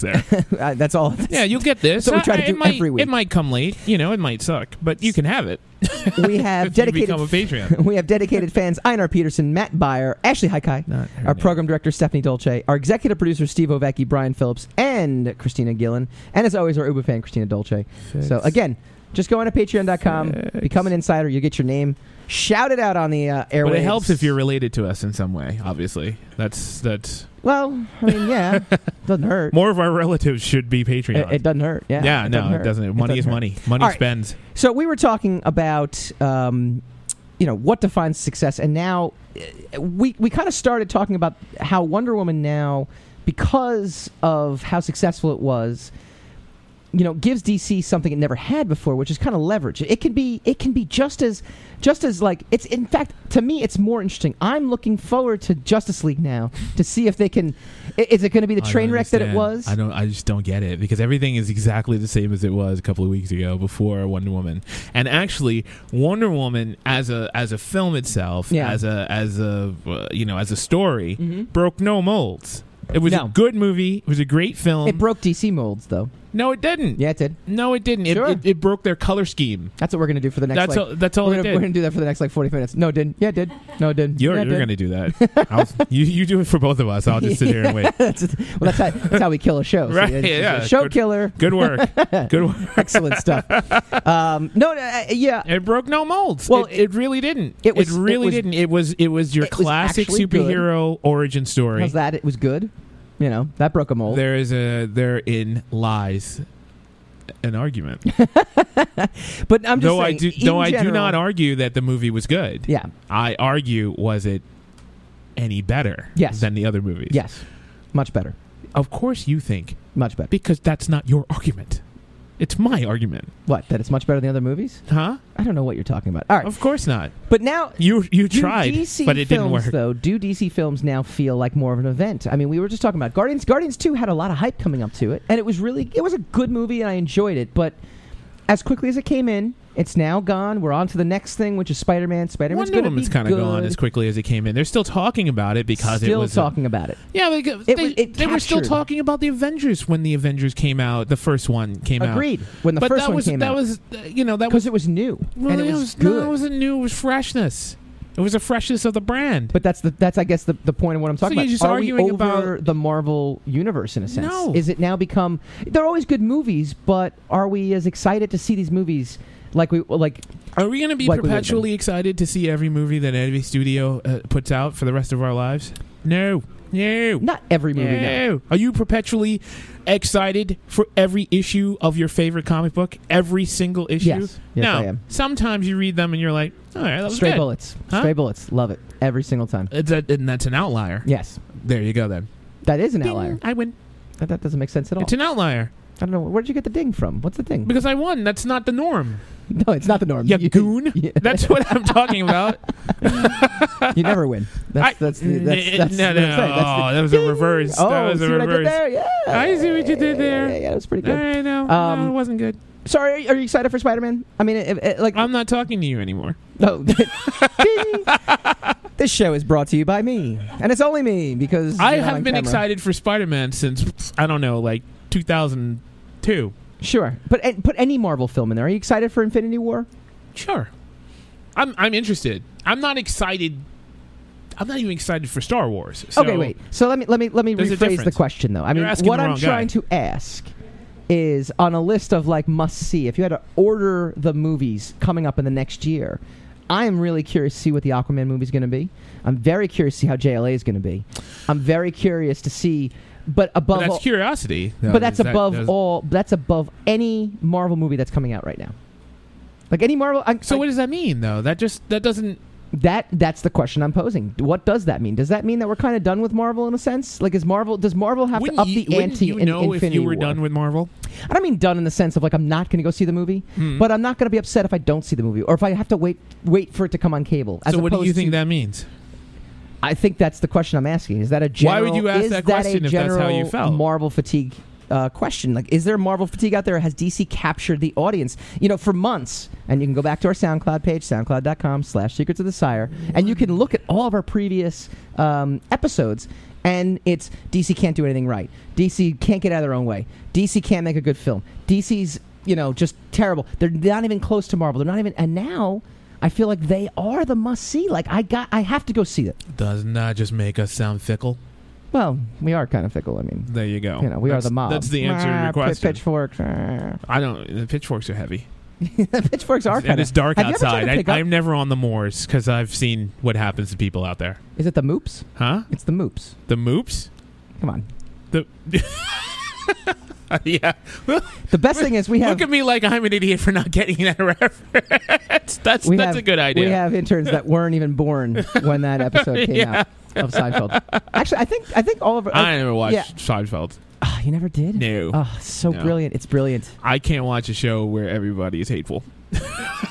Speaker 1: [LAUGHS]
Speaker 2: there.
Speaker 1: Uh, that's all.
Speaker 2: yeah, you'll get this.
Speaker 1: That's what we try to
Speaker 2: I-
Speaker 1: do
Speaker 2: it might,
Speaker 1: every week.
Speaker 2: It might come late. You know, it might suck, but you can have it.
Speaker 1: We have
Speaker 2: if [LAUGHS] you become a
Speaker 1: dedicated. [LAUGHS]
Speaker 2: Patreon.
Speaker 1: We have dedicated fans: Einar Peterson, Matt Beyer, Ashley Haikai,
Speaker 2: Not her
Speaker 1: our
Speaker 2: name.
Speaker 1: program director Stephanie Dolce, our executive producer Steve Ovecki, Brian Phillips, and Christina Gillen, and as always, our Uber fan Christina Dolce. So again, just go on to Patreon.com,
Speaker 2: Thanks.
Speaker 1: become an insider. You get your name shouted out on the uh, airwaves.
Speaker 2: but it helps if you're related to us in some way. Obviously, that's that's
Speaker 1: Well, I mean,
Speaker 2: [LAUGHS]
Speaker 1: yeah, doesn't hurt.
Speaker 2: more of our relatives should be
Speaker 1: It,
Speaker 2: Patreon.
Speaker 1: it doesn't hurt. Yeah.
Speaker 2: yeah, no,
Speaker 1: hurt.
Speaker 2: it doesn't. Money is
Speaker 1: hurt.
Speaker 2: money. Money
Speaker 1: All right.
Speaker 2: spends.
Speaker 1: So we were talking about, um, you know, what defines success, and now uh, we we kind of started talking about how Wonder Woman now, because of how successful it was, you know, gives DC something it never had before, which is kind of leverage. It can be it can be just as just as like it's in fact to me it's more interesting. I'm looking forward to Justice League now to see if they can. i- Is it going to be the
Speaker 2: I don't
Speaker 1: train wreck that it
Speaker 2: understand.
Speaker 1: was?
Speaker 2: I don't. I just don't get it because everything is exactly the same as it was a couple of weeks ago before Wonder Woman. And actually, Wonder Woman as a as a film itself,
Speaker 1: Yeah.
Speaker 2: as a as a uh, you know as a story,
Speaker 1: Mhm.
Speaker 2: broke no molds. It was
Speaker 1: No.
Speaker 2: a good movie. It was a great film.
Speaker 1: It broke DC molds though.
Speaker 2: no, it didn't.
Speaker 1: Yeah, it did.
Speaker 2: No, it didn't. It,
Speaker 1: Sure.
Speaker 2: it, it broke their color scheme.
Speaker 1: That's what we're going to do for the next.
Speaker 2: that's
Speaker 1: like,
Speaker 2: all, that's all
Speaker 1: we're
Speaker 2: Oh, it
Speaker 1: gonna, we're
Speaker 2: did.
Speaker 1: gonna do that for the next like 40 minutes. No, it didn't. Yeah, it did. No, it didn't.
Speaker 2: You're,
Speaker 1: yeah, it
Speaker 2: you're
Speaker 1: did.
Speaker 2: going to do
Speaker 1: [LAUGHS]
Speaker 2: that. I'll, you, you do it for both of us. I'll just sit here and wait.
Speaker 1: Well, that's how, that's how we kill a show. So
Speaker 2: Right,
Speaker 1: it's- it's
Speaker 2: yeah,
Speaker 1: a show
Speaker 2: good-
Speaker 1: killer.
Speaker 2: Good work. Good work. [LAUGHS]
Speaker 1: Excellent stuff. Um, no, no, uh, yeah.
Speaker 2: It broke no molds.
Speaker 1: Well,
Speaker 2: Well, it, it really didn't.
Speaker 1: it
Speaker 2: It,
Speaker 1: was-
Speaker 2: really
Speaker 1: it was-
Speaker 2: didn't. It was it was your
Speaker 1: it was
Speaker 2: classic
Speaker 1: actually good.
Speaker 2: superhero origin story.
Speaker 1: How's that? It was good. You know, that broke a mold.
Speaker 2: There is a therein lies an argument.
Speaker 1: but I'm just
Speaker 2: though
Speaker 1: saying,
Speaker 2: I do
Speaker 1: in
Speaker 2: though I do
Speaker 1: general-
Speaker 2: not argue that the movie was good.
Speaker 1: Yeah.
Speaker 2: I argue was it any better
Speaker 1: Yes.
Speaker 2: than the other movies?
Speaker 1: Yes. Much better.
Speaker 2: Of course you think
Speaker 1: Much better.
Speaker 2: because that's not your argument. It's my argument.
Speaker 1: What? That it's much better than the other movies?
Speaker 2: Huh?
Speaker 1: I don't know what you're talking about. All right.
Speaker 2: Of course not.
Speaker 1: But now
Speaker 2: You you
Speaker 1: Do
Speaker 2: tried,
Speaker 1: DC
Speaker 2: but it didn't
Speaker 1: films,
Speaker 2: work.
Speaker 1: Though, do DC films now feel like more of an event? I mean, we were just talking about Guardians. Guardians Two had a lot of hype coming up to it, and it was really it was a good movie, and I enjoyed it. But as quickly as it came in, it's now gone. We're on to the next thing, which is Spider Man. Spider Man's
Speaker 2: Wonder
Speaker 1: going to
Speaker 2: Woman's
Speaker 1: be
Speaker 2: kind of
Speaker 1: good.
Speaker 2: gone as quickly as it came in. They're still talking about it because
Speaker 1: still
Speaker 2: it was a-
Speaker 1: talking about it.
Speaker 2: yeah, like, uh, they,
Speaker 1: was- it
Speaker 2: they were still
Speaker 1: captured.
Speaker 2: talking about the Avengers when the Avengers came out. The first one came out.
Speaker 1: Agreed. When the
Speaker 2: but
Speaker 1: first
Speaker 2: that
Speaker 1: one
Speaker 2: was
Speaker 1: came
Speaker 2: that
Speaker 1: out,
Speaker 2: was uh, you know that was
Speaker 1: because it was new
Speaker 2: well,
Speaker 1: and it
Speaker 2: it
Speaker 1: was,
Speaker 2: no,
Speaker 1: good.
Speaker 2: it wasn't new. It was freshness. It was a freshness of the brand.
Speaker 1: but that's the that's I guess the, the point of what I'm talking
Speaker 2: So
Speaker 1: about.
Speaker 2: you're just
Speaker 1: Are we
Speaker 2: arguing
Speaker 1: over
Speaker 2: about-
Speaker 1: the Marvel universe in a sense?
Speaker 2: No.
Speaker 1: Is it now become they're always good movies, but are we as excited to see these movies like we like
Speaker 2: Are we going to be
Speaker 1: Like we would've
Speaker 2: perpetually excited to see every movie that every studio uh, puts out for the rest of our lives? No, no.
Speaker 1: not every movie now?
Speaker 2: No. Are you perpetually excited for every issue of your favorite comic book? Every single issue?
Speaker 1: Yes. Yes,
Speaker 2: no.
Speaker 1: I am.
Speaker 2: Sometimes you read them and you're like, all right, that was
Speaker 1: Stray
Speaker 2: good.
Speaker 1: bullets.
Speaker 2: Huh?
Speaker 1: Stray bullets. Love it every single time.
Speaker 2: It's a- and that's an outlier.
Speaker 1: Yes,
Speaker 2: There you go then.
Speaker 1: that is an
Speaker 2: Ding,
Speaker 1: outlier.
Speaker 2: I win.
Speaker 1: That, that doesn't make sense at all.
Speaker 2: It's an outlier.
Speaker 1: I don't know. Where did you get the ding from? What's the ding?
Speaker 2: Because I won. That's not the norm.
Speaker 1: [LAUGHS] No, it's not the norm. [LAUGHS]
Speaker 2: You goon.
Speaker 1: Yeah.
Speaker 2: That's what I'm
Speaker 1: [LAUGHS]
Speaker 2: talking about.
Speaker 1: you never win. That's
Speaker 2: I-
Speaker 1: that's the that's,
Speaker 2: [LAUGHS] N-
Speaker 1: that's,
Speaker 2: no,
Speaker 1: the
Speaker 2: no,
Speaker 1: thing. That's the
Speaker 2: oh, that was a
Speaker 1: ding.
Speaker 2: reverse.
Speaker 1: Oh,
Speaker 2: that was
Speaker 1: see
Speaker 2: a
Speaker 1: what I did
Speaker 2: reverse.
Speaker 1: there? Yeah,
Speaker 2: I see what you did there.
Speaker 1: Yeah, yeah, that was pretty
Speaker 2: All
Speaker 1: good.
Speaker 2: right, no,
Speaker 1: Um,
Speaker 2: no, it wasn't good.
Speaker 1: Sorry, are you- are you excited for Spider-Man? I mean, it, it, like
Speaker 2: I'm not talking to you anymore.
Speaker 1: no. [LAUGHS] Ding.
Speaker 2: [LAUGHS]
Speaker 1: this show is brought to you by me, and it's only me because
Speaker 2: I
Speaker 1: you're not
Speaker 2: have
Speaker 1: on
Speaker 2: been
Speaker 1: camera.
Speaker 2: excited for Spider-Man since I don't know, like 2002.
Speaker 1: Sure, but and, put any Marvel film in there. Are you excited for Infinity War?
Speaker 2: Sure, I'm I'm interested. I'm not excited. I'm not even excited for Star Wars. So
Speaker 1: okay, wait. So let me let me let me
Speaker 2: There's a
Speaker 1: rephrase the
Speaker 2: difference.
Speaker 1: question though. I mean,
Speaker 2: You're asking
Speaker 1: what
Speaker 2: the
Speaker 1: I'm
Speaker 2: wrong
Speaker 1: trying
Speaker 2: guy.
Speaker 1: to ask is on a list of like must see. If you had to order the movies coming up in the next year, I am really curious to see what the Aquaman movie is going to be. I'm very curious to see how JLA is going to be. I'm very curious to see, but
Speaker 2: But
Speaker 1: above
Speaker 2: that's
Speaker 1: all,
Speaker 2: curiosity.
Speaker 1: but that's
Speaker 2: That-
Speaker 1: above
Speaker 2: that's-
Speaker 1: all. That's above any Marvel movie that's coming out right now. Like any Marvel, I,
Speaker 2: So
Speaker 1: I-
Speaker 2: what does that mean, though? That just that doesn't.
Speaker 1: that that's the question I'm posing. What does that mean? Does that mean that we're kind of done with Marvel in a sense? Like, is Marvel does Marvel have
Speaker 2: wouldn't
Speaker 1: to up
Speaker 2: you,
Speaker 1: the
Speaker 2: wouldn't
Speaker 1: ante
Speaker 2: you
Speaker 1: in
Speaker 2: know
Speaker 1: Infinity
Speaker 2: if you were
Speaker 1: War?
Speaker 2: done with Marvel?
Speaker 1: I don't mean done in the sense of like I'm not going to go see the movie,
Speaker 2: Hmm.
Speaker 1: but I'm not going to be upset if I don't see the movie or if I have to wait wait for it to come on cable. As
Speaker 2: so what do you
Speaker 1: opposed
Speaker 2: think
Speaker 1: to-
Speaker 2: that means?
Speaker 1: I think that's the question I'm asking. Is that a general?
Speaker 2: would you ask
Speaker 1: is
Speaker 2: that
Speaker 1: a
Speaker 2: question if that's
Speaker 1: general
Speaker 2: how you felt?
Speaker 1: Marvel fatigue uh, question. Like, is there Marvel fatigue out there? Has DC captured the audience? You know, for months, and you can go back to our SoundCloud page, SoundCloud.com/slash Secrets of the Sire, and you can look at all of our previous um, episodes. And it's DC can't do anything right. DC can't get out of their own way. DC can't make a good film. DC's you know just terrible. They're not even close to Marvel. They're not even. And now. I feel like they are the must see. Like I got, I have to go see it.
Speaker 2: Doesn't that just make us sound fickle?
Speaker 1: Well, we are kind of fickle. I mean,
Speaker 2: There you go.
Speaker 1: you know, we
Speaker 2: Oh, that's,
Speaker 1: are the mob.
Speaker 2: That's the answer to
Speaker 1: Ah,
Speaker 2: your
Speaker 1: pi-
Speaker 2: question.
Speaker 1: Pitchforks. ah.
Speaker 2: I don't. The pitchforks are heavy.
Speaker 1: [LAUGHS] pitchforks are
Speaker 2: and
Speaker 1: kind
Speaker 2: it's
Speaker 1: of.
Speaker 2: dark
Speaker 1: Have you ever tried
Speaker 2: outside.
Speaker 1: to pick
Speaker 2: I,
Speaker 1: up-
Speaker 2: I'm never on the moors because I've seen what happens to people out there.
Speaker 1: Is it the moops?
Speaker 2: Huh?
Speaker 1: It's the moops.
Speaker 2: The moops?
Speaker 1: Come on.
Speaker 2: The [LAUGHS] yeah. [LAUGHS]
Speaker 1: The best thing is we have
Speaker 2: Look at me like I'm an idiot for not getting that [LAUGHS] reference. That's
Speaker 1: We
Speaker 2: that's
Speaker 1: have-
Speaker 2: a good
Speaker 1: we
Speaker 2: idea.
Speaker 1: have interns that weren't even born when that episode came
Speaker 2: [LAUGHS] Yeah.
Speaker 1: out of Seinfeld. Actually, I think I think all of our.
Speaker 2: I never watched
Speaker 1: Yeah. [LAUGHS]
Speaker 2: Seinfeld.
Speaker 1: Ah, you never did.
Speaker 2: No,
Speaker 1: Oh, so
Speaker 2: No.
Speaker 1: brilliant! It's brilliant.
Speaker 2: I can't watch a show where everybody is hateful.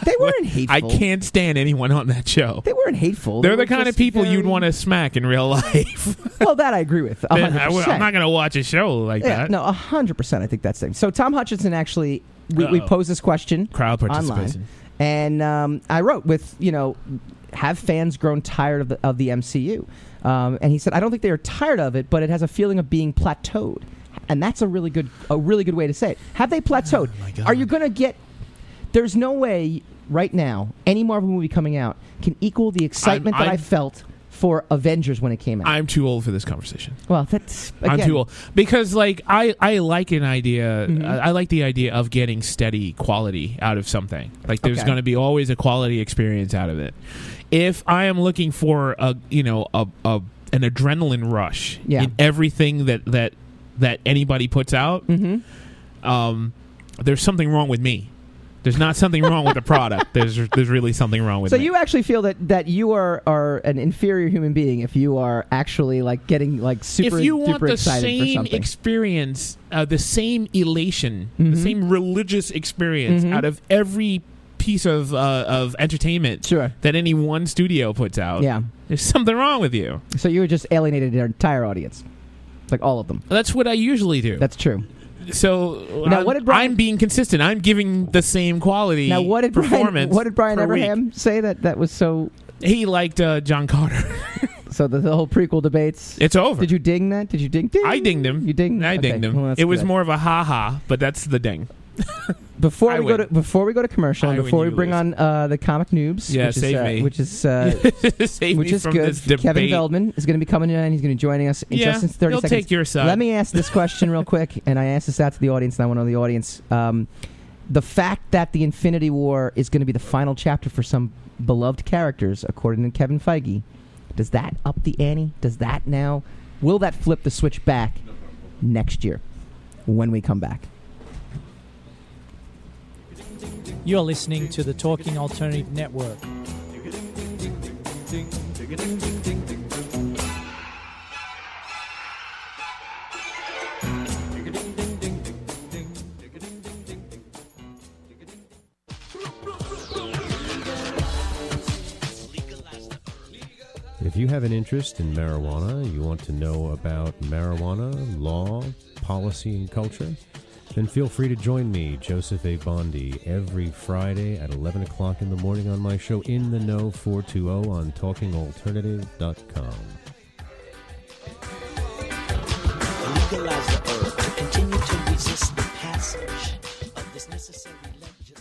Speaker 1: They weren't hateful.
Speaker 2: I can't stand anyone on that show.
Speaker 1: They weren't hateful.
Speaker 2: They're
Speaker 1: They
Speaker 2: the
Speaker 1: were
Speaker 2: kind of
Speaker 1: just
Speaker 2: people you'd
Speaker 1: very-
Speaker 2: want to smack in real [LAUGHS] life.
Speaker 1: Well, that I agree with.
Speaker 2: I,
Speaker 1: 100%.
Speaker 2: am not going to watch a show like
Speaker 1: yeah,
Speaker 2: that.
Speaker 1: no, hundred percent. I think that's the thing. So Tom Hutchinson actually, we, we
Speaker 2: Uh-oh.
Speaker 1: posed this question
Speaker 2: Crowd
Speaker 1: Online. Oh
Speaker 2: participation.
Speaker 1: and um, I wrote with you know, have fans grown tired of the of the MCU? Um, and he said, I don't think they are tired of it, but it has a feeling of being plateaued, and that's a really good a really good way to say it. Have they
Speaker 2: [SIGHS]
Speaker 1: plateaued?
Speaker 2: Oh my God.
Speaker 1: Are you going to get? There's no way right now any Marvel movie coming out can equal the excitement that
Speaker 2: I'm-
Speaker 1: I felt for Avengers when it came out.
Speaker 2: I'm too old for this conversation.
Speaker 1: well, that's again,
Speaker 2: I'm too old because like I I like an idea.
Speaker 1: Mhm.
Speaker 2: I, I like the idea of getting steady quality out of something. Like there's
Speaker 1: Okay.
Speaker 2: going to be always a quality experience out of it. If I am looking for a you know a, a an adrenaline rush
Speaker 1: Yeah.
Speaker 2: in everything that that that anybody puts out,
Speaker 1: Mhm.
Speaker 2: um, there's something wrong with me. There's not something wrong with
Speaker 1: [LAUGHS]
Speaker 2: the product. There's there's really something wrong with
Speaker 1: So
Speaker 2: me.
Speaker 1: you actually feel that, that you are, are an inferior human being if you are actually like getting like super
Speaker 2: if you
Speaker 1: super
Speaker 2: want the
Speaker 1: excited for
Speaker 2: same
Speaker 1: something.
Speaker 2: experience, uh, the same elation, the
Speaker 1: Mhm.
Speaker 2: same religious experience
Speaker 1: Mhm.
Speaker 2: out of every piece of uh, of entertainment
Speaker 1: sure.
Speaker 2: that any one studio puts out,
Speaker 1: Yeah.
Speaker 2: there's something wrong with you.
Speaker 1: So you just alienated your entire audience, like all of them.
Speaker 2: That's what I usually do.
Speaker 1: That's true.
Speaker 2: so
Speaker 1: Now,
Speaker 2: I'm,
Speaker 1: what did Brian-
Speaker 2: I'm being consistent. I'm giving the same quality.
Speaker 1: now what did Brian?
Speaker 2: performance?
Speaker 1: What did Brian
Speaker 2: per week.
Speaker 1: Abraham say that that was so?
Speaker 2: He liked uh, John Carter.
Speaker 1: So the, the whole prequel debates.
Speaker 2: It's over.
Speaker 1: Did you ding that? Did you ding? ding?
Speaker 2: I dinged him.
Speaker 1: You dinged.
Speaker 2: I
Speaker 1: Okay.
Speaker 2: dinged him.
Speaker 1: Well, that's
Speaker 2: it was
Speaker 1: good.
Speaker 2: more of a ha ha, but that's the ding. [LAUGHS]
Speaker 1: before
Speaker 2: I
Speaker 1: we go
Speaker 2: win.
Speaker 1: to before we go to commercial
Speaker 2: I
Speaker 1: and
Speaker 2: win,
Speaker 1: before we
Speaker 2: you
Speaker 1: bring
Speaker 2: lose.
Speaker 1: on uh, the comic noobs.
Speaker 2: Yeah,
Speaker 1: which is,
Speaker 2: save
Speaker 1: uh,
Speaker 2: me.
Speaker 1: Which is
Speaker 2: [LAUGHS]
Speaker 1: uh,
Speaker 2: Save
Speaker 1: which
Speaker 2: me
Speaker 1: is
Speaker 2: from
Speaker 1: good.
Speaker 2: this debate.
Speaker 1: Kevin Feldman is going to be coming in and he's going to be joining us in
Speaker 2: yeah,
Speaker 1: just in 30
Speaker 2: he'll
Speaker 1: seconds.
Speaker 2: take your side.
Speaker 1: Let me ask this question real
Speaker 2: [LAUGHS]
Speaker 1: quick, and I asked this out to the audience, and I want to know the audience. Um, the fact that the Infinity War is going to be the final chapter for some beloved characters, according to Kevin Feige, does that up the ante? Does that now? Will that flip the switch back next year when we come back?
Speaker 4: You're listening to the Talking Alternative Network.
Speaker 3: If you have an interest in marijuana, you want to know about marijuana, law, policy, and culture, then feel free to join me, Joseph A. Bondi, every Friday at 11 o'clock in the morning on my show In the Know 420 on talkingalternative.com.
Speaker 7: legalize the herb, to continue to resist the passage of this necessary legislation.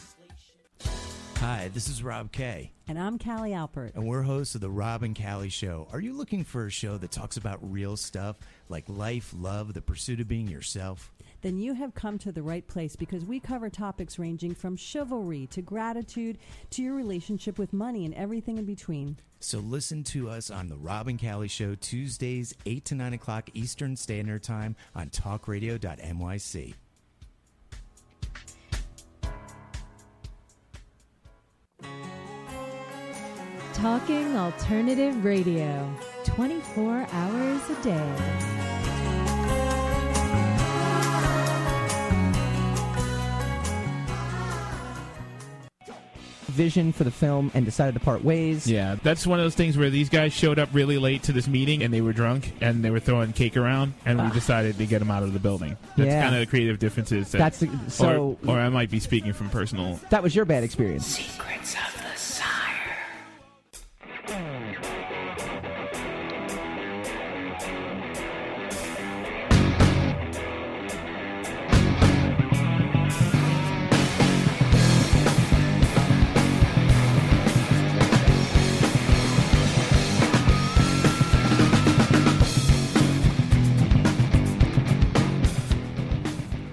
Speaker 8: Hi, this is Rob Kay,
Speaker 9: And I'm Callie Alpert.
Speaker 8: and we're hosts of The Rob and Callie Show. Are you looking for a show that talks about real stuff like life, love, the pursuit of being yourself?
Speaker 9: Then you have come to the right place because we cover topics ranging from chivalry to gratitude to your relationship with money and everything in between.
Speaker 8: So listen to us on The Rob and Callie Show, Tuesdays, 8 to 9 o'clock Eastern Standard Time on talkradio.myc.
Speaker 6: Talking Alternative Radio, 24 hours a day.
Speaker 1: vision for the film and decided to part ways.
Speaker 2: Yeah, that's one of those things where these guys showed up really late to this meeting and they were drunk and they were throwing cake around, and we decided to get them out of the building. That's
Speaker 1: Ah. Yeah.
Speaker 2: kind of the creative differences. That,
Speaker 1: That's the- so-
Speaker 2: or, or I might be speaking from personal.
Speaker 1: That was your bad experience.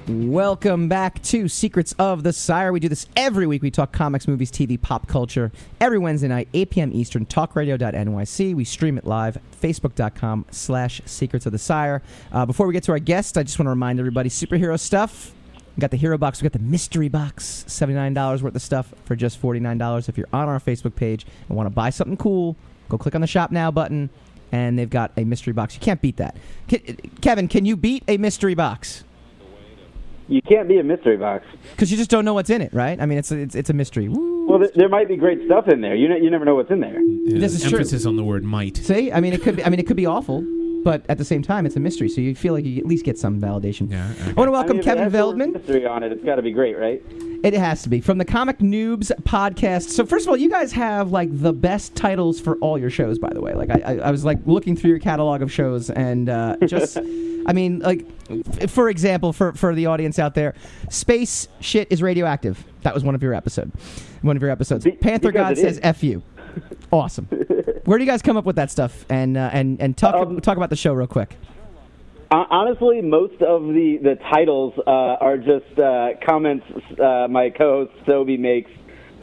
Speaker 1: Welcome back to Secrets of the Sire. We do this every week. We talk comics, movies, TV, pop culture every Wednesday night, 8 p.m. Eastern, talkradio.nyc. We stream it live, facebook.com slash secrets of the sire. Uh, before we get to our guest, I just want to remind everybody superhero stuff. We got the hero box, we got the mystery box, $79 worth of stuff for just $49. If you're on our Facebook page and want to buy something cool, go click on the shop now button, and they've got a mystery box. You can't beat that. Ke- Kevin, can you beat a mystery box?
Speaker 10: You can't be a mystery box.
Speaker 1: Because you just don't know what's in it, right? I mean, it's it's, it's a mystery. Woo.
Speaker 10: Well, th- there might be great stuff in there. You ne- you never know what's in there.
Speaker 1: This is true.
Speaker 2: emphasis on the word might.
Speaker 1: See, I mean, it could be, I mean, it could be awful, but at the same time, it's a mystery, so you feel like you at least get some validation.
Speaker 2: Yeah, okay.
Speaker 1: I want to
Speaker 10: I
Speaker 1: welcome
Speaker 10: mean, if it
Speaker 1: Kevin
Speaker 10: has the word
Speaker 1: Veldman.
Speaker 10: Mystery on it. It's got to be great, right?
Speaker 1: It has to be from the Comic Noobs podcast. So first of all, you guys have like the best titles for all your shows, by the way. Like I, I, I was like looking through your catalog of shows and uh, just,
Speaker 10: [LAUGHS]
Speaker 1: I mean, like f- for example, for for the audience out there, space shit is radioactive. That was one of your episode, one of your episodes.
Speaker 10: Be-
Speaker 1: Panther
Speaker 10: because
Speaker 1: God
Speaker 10: it is.
Speaker 1: says "f you."
Speaker 10: [LAUGHS]
Speaker 1: Awesome. Where do you guys come up with that stuff? And uh, and and talk
Speaker 10: Um,
Speaker 1: talk about the show real quick.
Speaker 10: Uh, honestly, most of the the titles uh, are just uh, comments uh, my co-host Sobey makes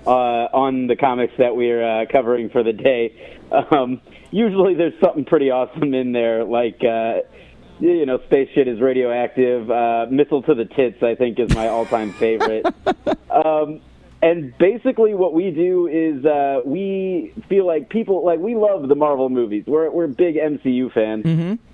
Speaker 10: uh, on the comics that we're uh, covering for the day. Um, usually, there's something pretty awesome in there, like. Uh, you know, space shit is radioactive. Uh, Missile to the tits, I think, is my all-time favorite. um, and basically, what we do is uh, we feel like people like we love the Marvel movies. We're we're big MCU fans,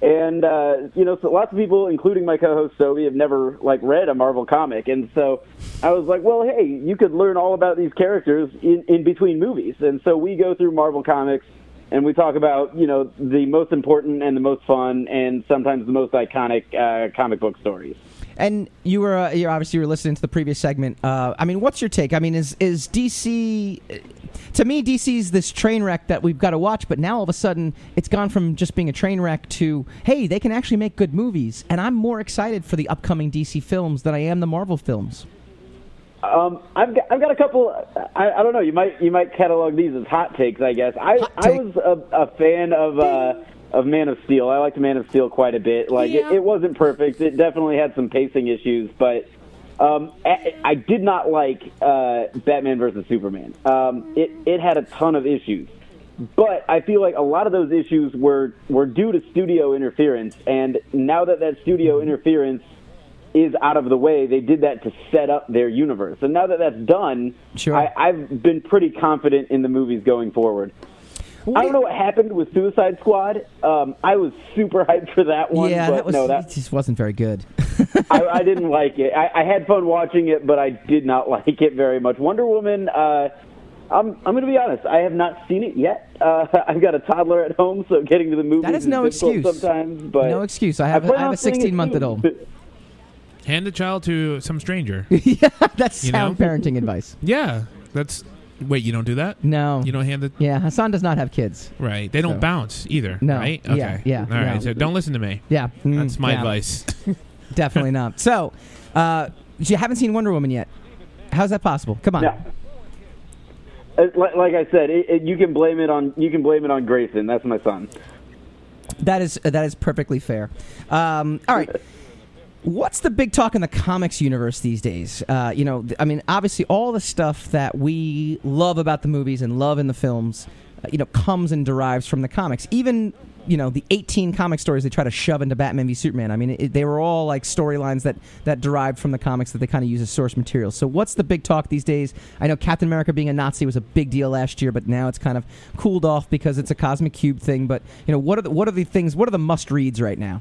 Speaker 10: and uh, you know, so lots of people, including my co-host Sobi, have never like read a Marvel comic, and so I was like, well, hey, you could learn all about these characters in, in between movies, and so we go through Marvel comics. And we talk about you know the most important and the most fun and sometimes the most iconic uh, comic book stories.
Speaker 1: And you were uh, you obviously were listening to the previous segment. Uh, I mean, what's your take? I mean, is is DC? To me, DC's this train wreck that we've got to watch. But now all of a sudden, it's gone from just being a train wreck to hey, they can actually make good movies. And I'm more excited for the upcoming DC films than I am the Marvel films.
Speaker 10: Um, I've got, I've got a couple. I, I don't know. You might you might catalog these as hot takes. I guess I
Speaker 1: Hot
Speaker 10: I
Speaker 1: take.
Speaker 10: was a, a fan of uh, of Man of Steel. I liked Man of Steel quite a bit. Like it, it wasn't perfect. It definitely had some pacing issues, but um, I, I did not like uh, Batman versus Superman. Um, it it had a ton of issues, but I feel like a lot of those issues were were due to studio interference. And now that that studio interference is out of the way. They did that to set up their universe, and now that that's done,
Speaker 1: Sure.
Speaker 10: I, I've been pretty confident in the movies going forward. I don't know what happened with Suicide Squad. Um, I was super hyped for that one,
Speaker 1: yeah,
Speaker 10: but
Speaker 1: that was
Speaker 10: no,
Speaker 1: it
Speaker 10: that
Speaker 1: just wasn't very good.
Speaker 10: [LAUGHS]
Speaker 1: [LAUGHS]
Speaker 10: I, I didn't [LAUGHS] like it. I, I had fun watching it, but I did not like it very much. Wonder Woman. Uh, I'm, I'm going to be honest. I have not seen it yet. Uh, [LAUGHS] I've got a toddler at home, so getting to the movies
Speaker 1: That is no
Speaker 10: difficult
Speaker 1: excuse.
Speaker 10: sometimes. But
Speaker 1: no excuse. I have,
Speaker 10: plan
Speaker 1: I have
Speaker 10: on
Speaker 1: a
Speaker 10: seeing it
Speaker 1: 16 month
Speaker 10: soon.
Speaker 1: old.
Speaker 2: Hand the child to
Speaker 1: [LAUGHS]
Speaker 2: some stranger.
Speaker 1: That's
Speaker 2: You
Speaker 1: sound
Speaker 2: know?
Speaker 1: parenting advice.
Speaker 2: Yeah, that's. Wait, you don't do that?
Speaker 1: No.
Speaker 2: You don't hand the.
Speaker 1: Yeah, Hassan does not have kids.
Speaker 2: Right. They don't
Speaker 1: So-
Speaker 2: bounce either.
Speaker 1: No.
Speaker 2: Right?
Speaker 1: Yeah, yeah,
Speaker 2: All right.
Speaker 1: no.
Speaker 2: So don't listen to me.
Speaker 1: Yeah. Mm,
Speaker 2: That's my
Speaker 11: [LAUGHS]
Speaker 1: yeah.
Speaker 2: advice.
Speaker 1: Definitely not. So, uh, you haven't seen Wonder Woman yet. How's that possible? Come on.
Speaker 10: No. Uh, li- Like I said, it, it, you can blame it on you can blame it on Grayson. That's my son.
Speaker 1: That is that is perfectly fair. Um, all right. What's the big talk in the comics universe these days? Uh, you know, th- I mean, obviously, all the stuff that we love about the movies and love in the films, uh, you know, comes and derives from the comics. Even you know the 18 comic stories they try to shove into Batman v Superman. I mean, it, they were all like storylines that that derived from the comics that they kind of use as source material. So, what's the big talk these days? I know Captain America being a Nazi was a big deal last year, but now it's kind of cooled off because it's a cosmic cube thing. But you know, what are the, what are the things? What are the must reads right now?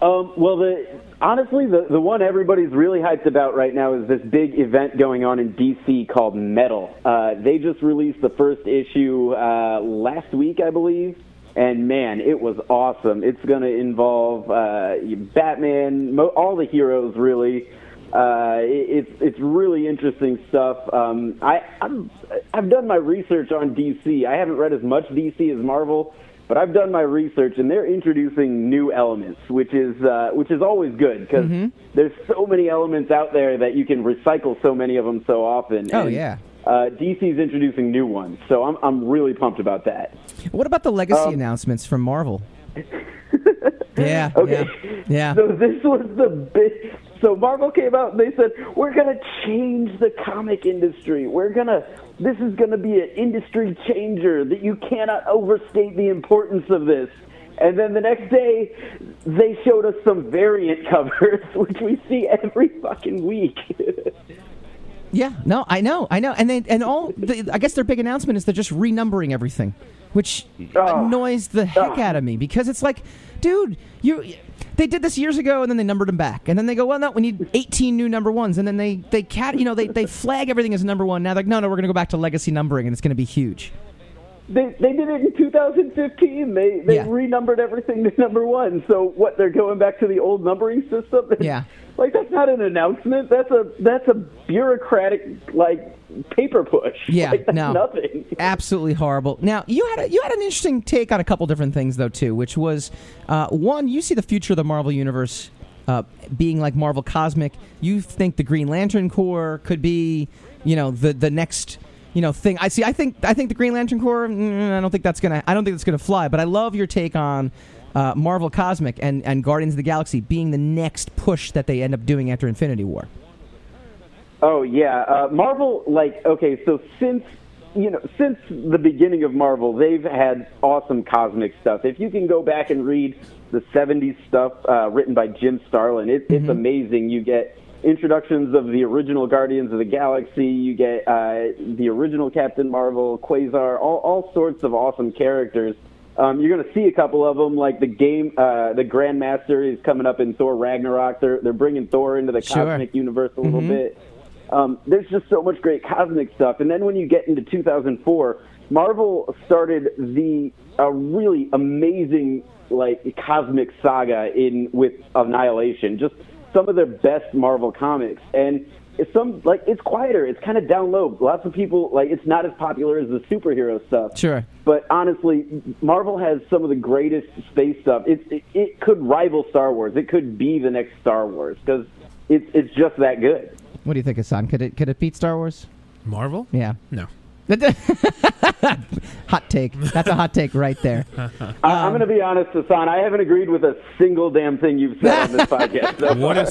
Speaker 10: Um, well, the honestly, the the one everybody's really hyped about right now is this big event going on in DC called Metal. Uh, they just released the first issue uh, last week, I believe, and man, it was awesome. It's going to involve uh, Batman, mo- all the heroes, really. Uh, it, it's it's really interesting stuff. Um, I I'm, I've done my research on DC. I haven't read as much DC as Marvel. But I've done my research, and they're introducing new elements, which is uh, which is always good because
Speaker 1: Mm-hmm.
Speaker 10: there's so many elements out there that you can recycle so many of them so often.
Speaker 1: Oh,
Speaker 10: and,
Speaker 1: yeah.
Speaker 10: uh, DC's introducing new ones, so I'm I'm really pumped about that.
Speaker 1: What about the legacy
Speaker 10: Um,
Speaker 1: announcements from
Speaker 10: [LAUGHS]
Speaker 1: Marvel? yeah.
Speaker 10: Okay.
Speaker 1: Yeah. yeah.
Speaker 10: So this was the big. So Marvel came out and they said, "We're gonna change the comic industry. We're gonna. This is gonna be an industry changer. That you cannot overstate the importance of this." And then the next day, they showed us some variant [LAUGHS] covers, which we see every fucking week. [LAUGHS]
Speaker 1: Yeah, no, I know, I know, and they and all. The, I guess their big announcement is they're just renumbering everything, which
Speaker 10: Ah.
Speaker 1: annoys the heck out of me because it's like, dude, you. They did this years ago, and then they numbered them back, and then they go, well, no, we need 18 new number ones, and then they they cat, you know, they they flag everything as number one. Now they're like, no, no, we're gonna go back to legacy numbering, and it's gonna be huge.
Speaker 10: they they did it in 2015. They they
Speaker 1: Yeah.
Speaker 10: renumbered everything to number one. So what? They're going back to the old numbering system. [LAUGHS]
Speaker 1: Yeah.
Speaker 10: like that's not an announcement. That's a that's a bureaucratic like paper push.
Speaker 1: Yeah,
Speaker 10: [LAUGHS] like, that's
Speaker 1: no.
Speaker 10: nothing.
Speaker 1: absolutely horrible. Now you had a, you had an interesting take on a couple different things though too, which was uh, one you see the future of the Marvel universe uh, being like Marvel Cosmic. You think the Green Lantern Corps could be you know the the next you know thing. I see. I think I think the Green Lantern Corps. Mm, I don't think that's gonna I don't think that's gonna fly. But I love your take on. Uh, Marvel Cosmic and, and Guardians of the Galaxy being the next push that they end up doing after Infinity War.
Speaker 10: Oh yeah, uh, Marvel. Like okay, so since you know since the beginning of Marvel, they've had awesome cosmic stuff. If you can go back and read the '70s stuff uh, written by Jim Starlin, it, it's amazing. You get introductions of the original Guardians of the Galaxy. You get uh, the original Captain Marvel, Quasar, all, all sorts of awesome characters. Um, you're going to see a couple of them, like the game, uh, the Grandmaster is coming up in Thor Ragnarok. They're they're bringing Thor into the
Speaker 1: Sure.
Speaker 10: cosmic universe a little
Speaker 1: Mhm.
Speaker 10: bit. Um, there's just so much great cosmic stuff. And then when you get into 2004, Marvel started the a really amazing like cosmic saga in with Annihilation. Just some of their best Marvel comics, and it's some like it's quieter. It's kind of down low. Lots of people like it's not as popular as the superhero stuff.
Speaker 1: Sure.
Speaker 10: But honestly, Marvel has some of the greatest space stuff. It, it, it could rival Star Wars. It could be the next Star Wars because it's it's just that good.
Speaker 1: What do you think, Hassan? Could it could it beat Star Wars?
Speaker 2: Marvel?
Speaker 1: Yeah.
Speaker 2: No.
Speaker 1: [LAUGHS] hot take. That's a hot take right
Speaker 2: [LAUGHS]
Speaker 1: there.
Speaker 2: Oh,
Speaker 10: I, I'm going to be honest, Hassan. I haven't agreed with a single damn thing you've said on this podcast. so
Speaker 2: What
Speaker 10: far.
Speaker 2: a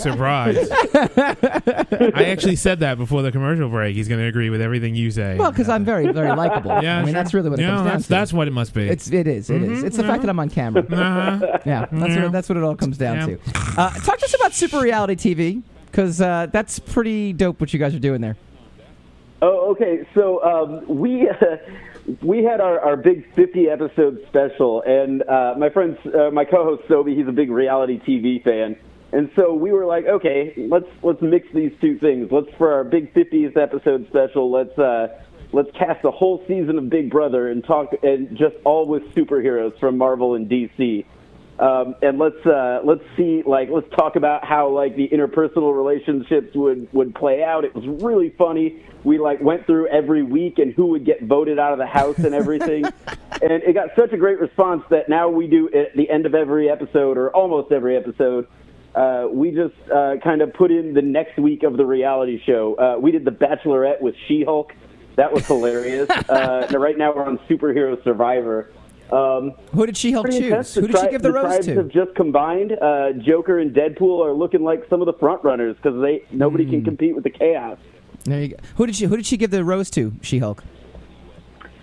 Speaker 1: [LAUGHS]
Speaker 2: surprise. I actually said that before the commercial break. He's going to agree with everything you say.
Speaker 1: Well, because I'm very very likable. I
Speaker 2: Yeah,
Speaker 1: mean
Speaker 2: sure.
Speaker 1: that's really what it
Speaker 2: Yeah,
Speaker 1: comes
Speaker 2: that's,
Speaker 1: down
Speaker 2: that's what it must be.
Speaker 1: to. It's it is, it is.
Speaker 2: Mhm,
Speaker 1: It's the fact that I'm on
Speaker 2: [LAUGHS]
Speaker 1: camera.
Speaker 2: Uh-huh.
Speaker 1: Yeah, that's
Speaker 2: Yeah.
Speaker 1: what that's what it all comes down
Speaker 2: Yeah.
Speaker 1: to. Uh, talk to us about super reality TV because uh, that's pretty dope what you guys are doing there.
Speaker 10: Oh, okay. So um, we [LAUGHS] uh, we had our, our big 50 episode special, and uh, my friend, uh, my co-host Sobi, he's a big reality TV fan, and so we were like, okay, let's let's mix these two things. Let's for our big 50th episode special, let's uh, let's cast a whole season of Big Brother and talk and just all with superheroes from Marvel and DC. Um, and let's uh, let's see like let's talk about how like the interpersonal relationships would would play out. It was really funny. We like went through every week and who would get voted out of the house and everything. and it got such a great response that now we do at the end of every episode or almost every episode uh, we just uh, kind of put in the next week of the reality show. Uh, we did The Bachelorette with She Hulk. That was hilarious. uh, and right now we're on Superhero Survivor. Um,
Speaker 1: Who did She Hulk
Speaker 10: pretty
Speaker 1: choose?
Speaker 10: intense.
Speaker 1: Who did she
Speaker 10: tri-
Speaker 1: give the rose
Speaker 10: tribes
Speaker 1: to?
Speaker 10: have just combined. Uh, Joker and Deadpool are looking like some of the front runners because they nobody
Speaker 1: Hmm.
Speaker 10: can compete with the chaos.
Speaker 1: There you go. Who did she Who did she give the rose to? She Hulk.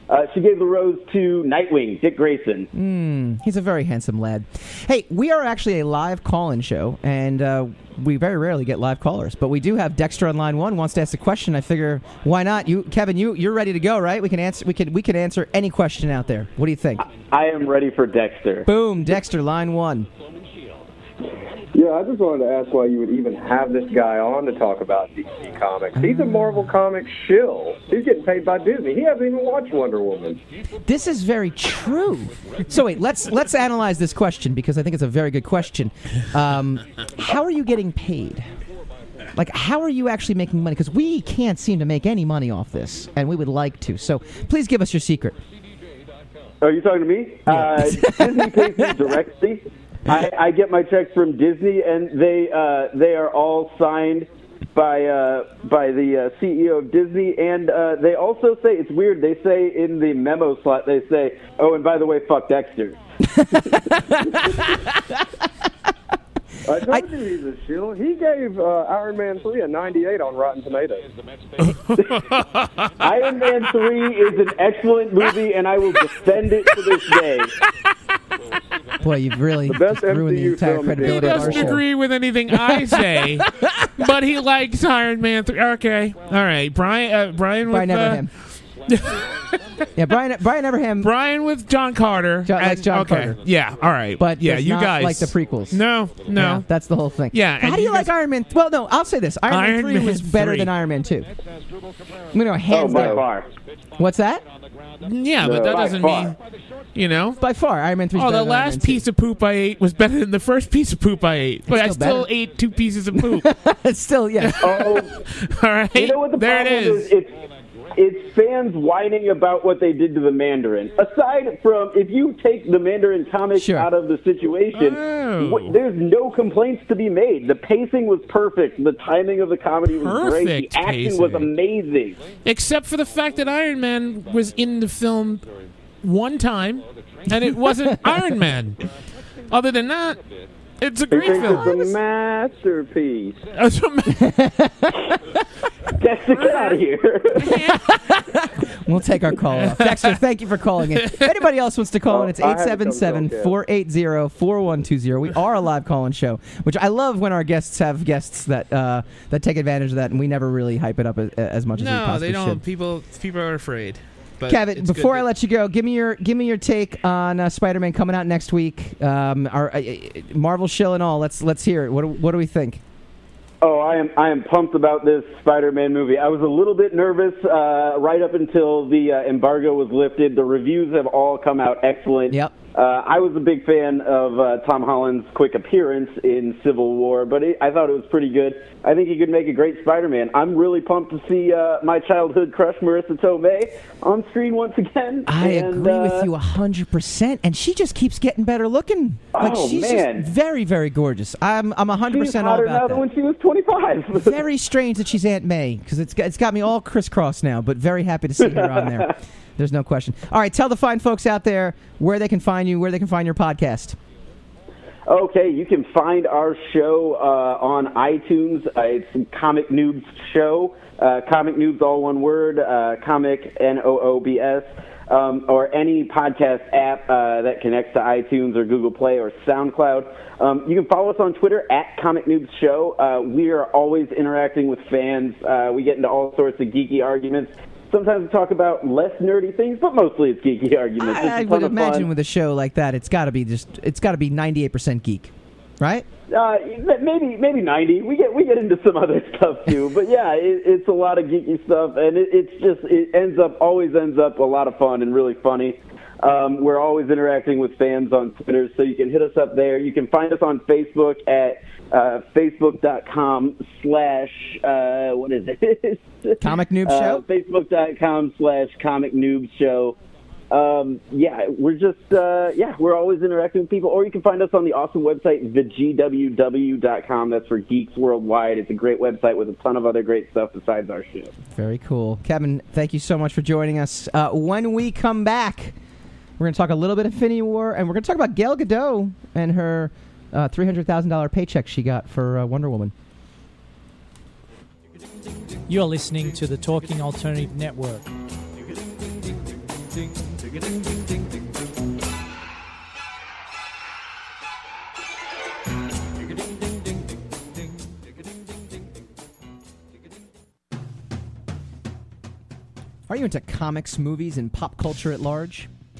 Speaker 10: Uh, she gave the rose to Nightwing, Dick Grayson.
Speaker 1: Mm, he's a very handsome lad. Hey, we are actually a live call-in show, and uh, we very rarely get live callers, but we do have Dexter on line one wants to ask a question. I figure, why not? You, Kevin, you you're ready to go, right? We can answer. We can we can answer any question out there. What do you think?
Speaker 10: I am ready for Dexter.
Speaker 1: Boom, Dexter, line one.
Speaker 11: Yeah, I just wanted to ask why you would even have this guy on to talk about DC Comics. He's a Marvel Comics shill. He's getting paid by Disney. He hasn't even watched Wonder Woman.
Speaker 1: This is very true. So wait, let's let's analyze this question because I think it's a very good question. Um, how are you getting paid? Like, how are you actually making money? Because we can't seem to make any money off this, and we would like to. So please give us your secret.
Speaker 10: Are you Oh, talking to me? Uh, Disney pays me directly. I, I get my checks from Disney, and they uh, they are all signed by uh, by the uh, CEO of Disney, and uh, they also say it's weird. They say in the memo slot, they say, "Oh, and by the way, fuck Dexter."
Speaker 11: I told you he's a shill. He gave uh, Iron Man 3 a 98 on Rotten Tomatoes.
Speaker 10: Iron Man Three is an excellent movie, and I will defend it to this day.
Speaker 1: Boy, you've really just ruined the entire
Speaker 2: He
Speaker 1: credibility of our
Speaker 2: doesn't
Speaker 1: show.
Speaker 2: agree with anything
Speaker 1: [LAUGHS]
Speaker 2: I say, but he likes Iron Man 3. Okay. All right. Brian, uh, Brian with
Speaker 1: Brian Everham. yeah, Brian. Brian Everham.
Speaker 2: Brian with John Carter.
Speaker 1: John, likes
Speaker 2: and-
Speaker 1: John
Speaker 2: okay.
Speaker 1: Carter.
Speaker 2: Yeah. All right.
Speaker 1: But
Speaker 2: yeah,
Speaker 1: does
Speaker 2: you
Speaker 1: not
Speaker 2: guys
Speaker 1: like the prequels.
Speaker 2: No, no.
Speaker 1: Yeah, that's the whole thing.
Speaker 2: Yeah, and
Speaker 1: How do you,
Speaker 2: you
Speaker 1: like Iron Man? th- well, no, I'll say this: Iron, Man
Speaker 2: Iron
Speaker 1: three
Speaker 2: Man
Speaker 1: was better
Speaker 2: 3.
Speaker 1: than Iron Man two. You know,
Speaker 11: Oh,
Speaker 1: hands
Speaker 10: Oh, by
Speaker 1: down.
Speaker 10: far.
Speaker 1: What's that?
Speaker 2: Yeah, but that doesn't mean you know.
Speaker 1: By far, Iron Man three.
Speaker 2: Oh, the last piece of poop I ate was better than the first piece of poop I ate. But I
Speaker 1: still
Speaker 2: still
Speaker 1: better. [LAUGHS]
Speaker 2: ate two pieces of poop.
Speaker 1: still,
Speaker 2: [LAUGHS]
Speaker 1: yeah.
Speaker 10: Oh,
Speaker 2: all right.
Speaker 10: You know what the
Speaker 2: there it
Speaker 10: problem
Speaker 2: is.
Speaker 10: is? It's, it's fans whining about what they did to the Mandarin. Aside from if you take the Mandarin comic out of the situation,
Speaker 2: Oh.
Speaker 10: wh- there's no complaints to be made. The pacing was perfect. The timing of the comedy was great.
Speaker 2: Perfect
Speaker 10: The action was
Speaker 2: pacing.
Speaker 10: amazing.
Speaker 2: Except for the fact that Iron Man was in the film one time, and it wasn't Iron Man. Other than that, it's a
Speaker 11: He
Speaker 2: great
Speaker 11: thinks
Speaker 2: film. [LAUGHS]
Speaker 11: it's a masterpiece.
Speaker 10: Dexter, get out of here. [LAUGHS]
Speaker 1: We'll take our call off. Dexter, thank you for calling in. If anybody else wants to call in, it's
Speaker 11: Oh, I had to come
Speaker 1: 877 480 4120. We are a live call in show, which I love when our guests have guests that uh, that take advantage of that, and we never really hype it up as, as much as we
Speaker 2: No,
Speaker 1: possibly
Speaker 2: they don't.
Speaker 1: should.
Speaker 2: People, people are afraid. But
Speaker 1: Kevin, before I let you go, give me your give me your take on uh, Spider Man coming out next week. Um, our uh, uh, Marvel shill and all. Let's let's hear it. What do- what do we think?
Speaker 10: Oh, I am I am pumped about this Spider-Man movie. I was a little bit nervous uh, right up until the uh, embargo was lifted. The reviews have all come out excellent.
Speaker 1: Yep.
Speaker 10: Uh, I was a big fan of uh, Tom Holland's quick appearance in Civil War, but it, I thought it was pretty good. I think he could make a great Spider-Man. I'm really pumped to see uh, my childhood crush Marissa Tomei on screen once again.
Speaker 1: I
Speaker 10: And,
Speaker 1: agree
Speaker 10: uh,
Speaker 1: with you 100%. And she just keeps getting better looking. Like,
Speaker 10: Oh,
Speaker 1: she's
Speaker 10: man.
Speaker 1: just very, very gorgeous. I'm, I'm 100%
Speaker 10: She's
Speaker 1: all
Speaker 10: hotter now
Speaker 1: about
Speaker 10: than
Speaker 1: that.
Speaker 10: when she was
Speaker 1: [LAUGHS]
Speaker 10: 25. [LAUGHS]
Speaker 1: very strange that she's Aunt May because it's, got- it's got me all crisscrossed now, but very happy to see her on
Speaker 10: [LAUGHS]
Speaker 1: there. There's no question. All right, tell the fine folks out there where they can find you, where they can find your podcast.
Speaker 10: Okay, you can find our show uh, on iTunes. Uh, it's Comic Noobs Show. Uh, comic Noobs, all one word. Uh, comic N O O B S. Um, or any podcast app uh, that connects to iTunes or Google Play or SoundCloud. Um, you can follow us on Twitter at Comic Noobs Show. Uh, we are always interacting with fans. Uh, we get into all sorts of geeky arguments. Sometimes we talk about less nerdy things, but mostly it's geeky [LAUGHS] arguments. It's a
Speaker 1: I
Speaker 10: ton
Speaker 1: would
Speaker 10: of fun.
Speaker 1: imagine with a show like that, it's got to be just, it's got to be 98% geek. right?
Speaker 10: Uh, m- maybe maybe ninety. We get we get into some [LAUGHS] other stuff too, but yeah, it, it's a lot of geeky stuff, and it, it's just it ends up always ends up a lot of fun and really funny. Um, we're always interacting with fans on Twitter, so you can hit us up there. You can find us on Facebook at uh, facebook.com slash uh, what is it? [LAUGHS]
Speaker 1: Comic Noob
Speaker 10: Uh,
Speaker 1: Show.
Speaker 10: Facebook.com slash Comic Noob Show. Um, yeah, we're just, uh, yeah, we're always interacting with people. Or you can find us on the awesome website, thegww.com. That's for geeks worldwide. It's a great website with a ton of other great stuff besides our show.
Speaker 1: Very cool. Kevin, thank you so much for joining us. Uh, when we come back, we're going to talk a little bit of Infinity War, and we're going to talk about Gail Gadot and her uh, $300,000 paycheck she got for uh, Wonder Woman.
Speaker 4: You're listening to the Talking Alternative Network.
Speaker 1: Are you into comics, movies, and pop culture at large?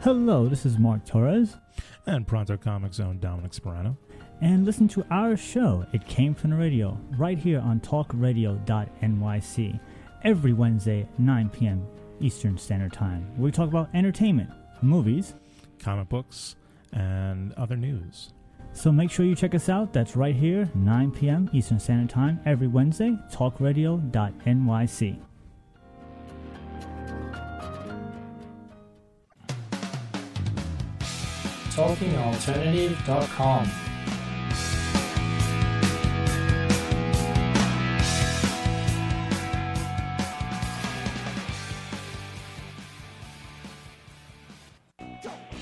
Speaker 12: Hello, this is Mark Torres.
Speaker 13: And Pronto Comics own Dominic Sperano.
Speaker 12: And listen to our show, It Came From the Radio, right here on talkradio.nyc every Wednesday, 9 p.m. Eastern Standard Time. We talk about entertainment, movies,
Speaker 13: comic books, and other news.
Speaker 12: So make sure you check us out. That's right here, 9 p.m. Eastern Standard Time every Wednesday, talkradio.nyc.
Speaker 4: TalkingAlternative.com.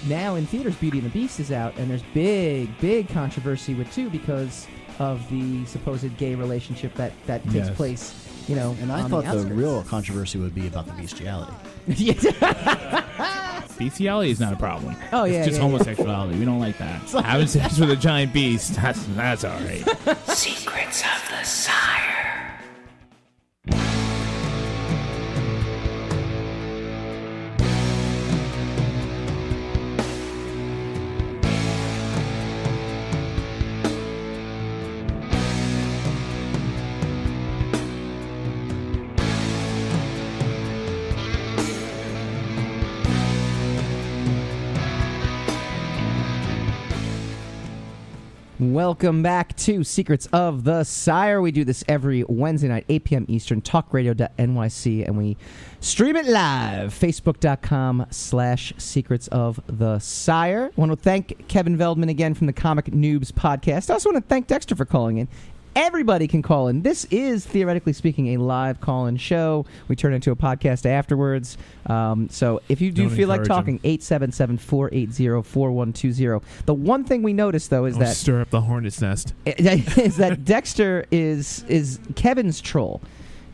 Speaker 1: now in theaters beauty and the beast is out and there's big big controversy with two because of the supposed gay relationship that that takes
Speaker 14: Yes.
Speaker 1: place you know
Speaker 14: And I
Speaker 1: on
Speaker 14: thought
Speaker 1: the,
Speaker 14: the,
Speaker 1: outskirts. [LAUGHS]
Speaker 14: real controversy would be about the bestiality.
Speaker 15: Bestiality is not a problem.
Speaker 1: Oh,
Speaker 15: it's
Speaker 1: yeah,
Speaker 15: just
Speaker 1: yeah, yeah.
Speaker 15: homosexuality. We don't like that.
Speaker 1: like- [LAUGHS]
Speaker 15: Having sex with a giant beast, that's that's all right.
Speaker 16: Secrets of the Sire.
Speaker 1: welcome back to secrets of the sire we do this every wednesday night 8 p.m eastern talkradio.nyc and we stream it live facebook.com slash secrets of the sire want to thank kevin veldman again from the comic noobs podcast i also want to thank dexter for calling in Everybody can call in. This is, theoretically speaking, a live call in show. We turn it into a podcast afterwards. Um, so if you do
Speaker 15: Don't
Speaker 1: feel like
Speaker 15: encourage 'em.
Speaker 1: talking, 877 480 4120. The one thing we noticed, though, is
Speaker 15: Oh,
Speaker 2: Don't
Speaker 1: that
Speaker 2: stir up [LAUGHS] the hornet's nest.
Speaker 1: [LAUGHS] is that Dexter is is Kevin's troll,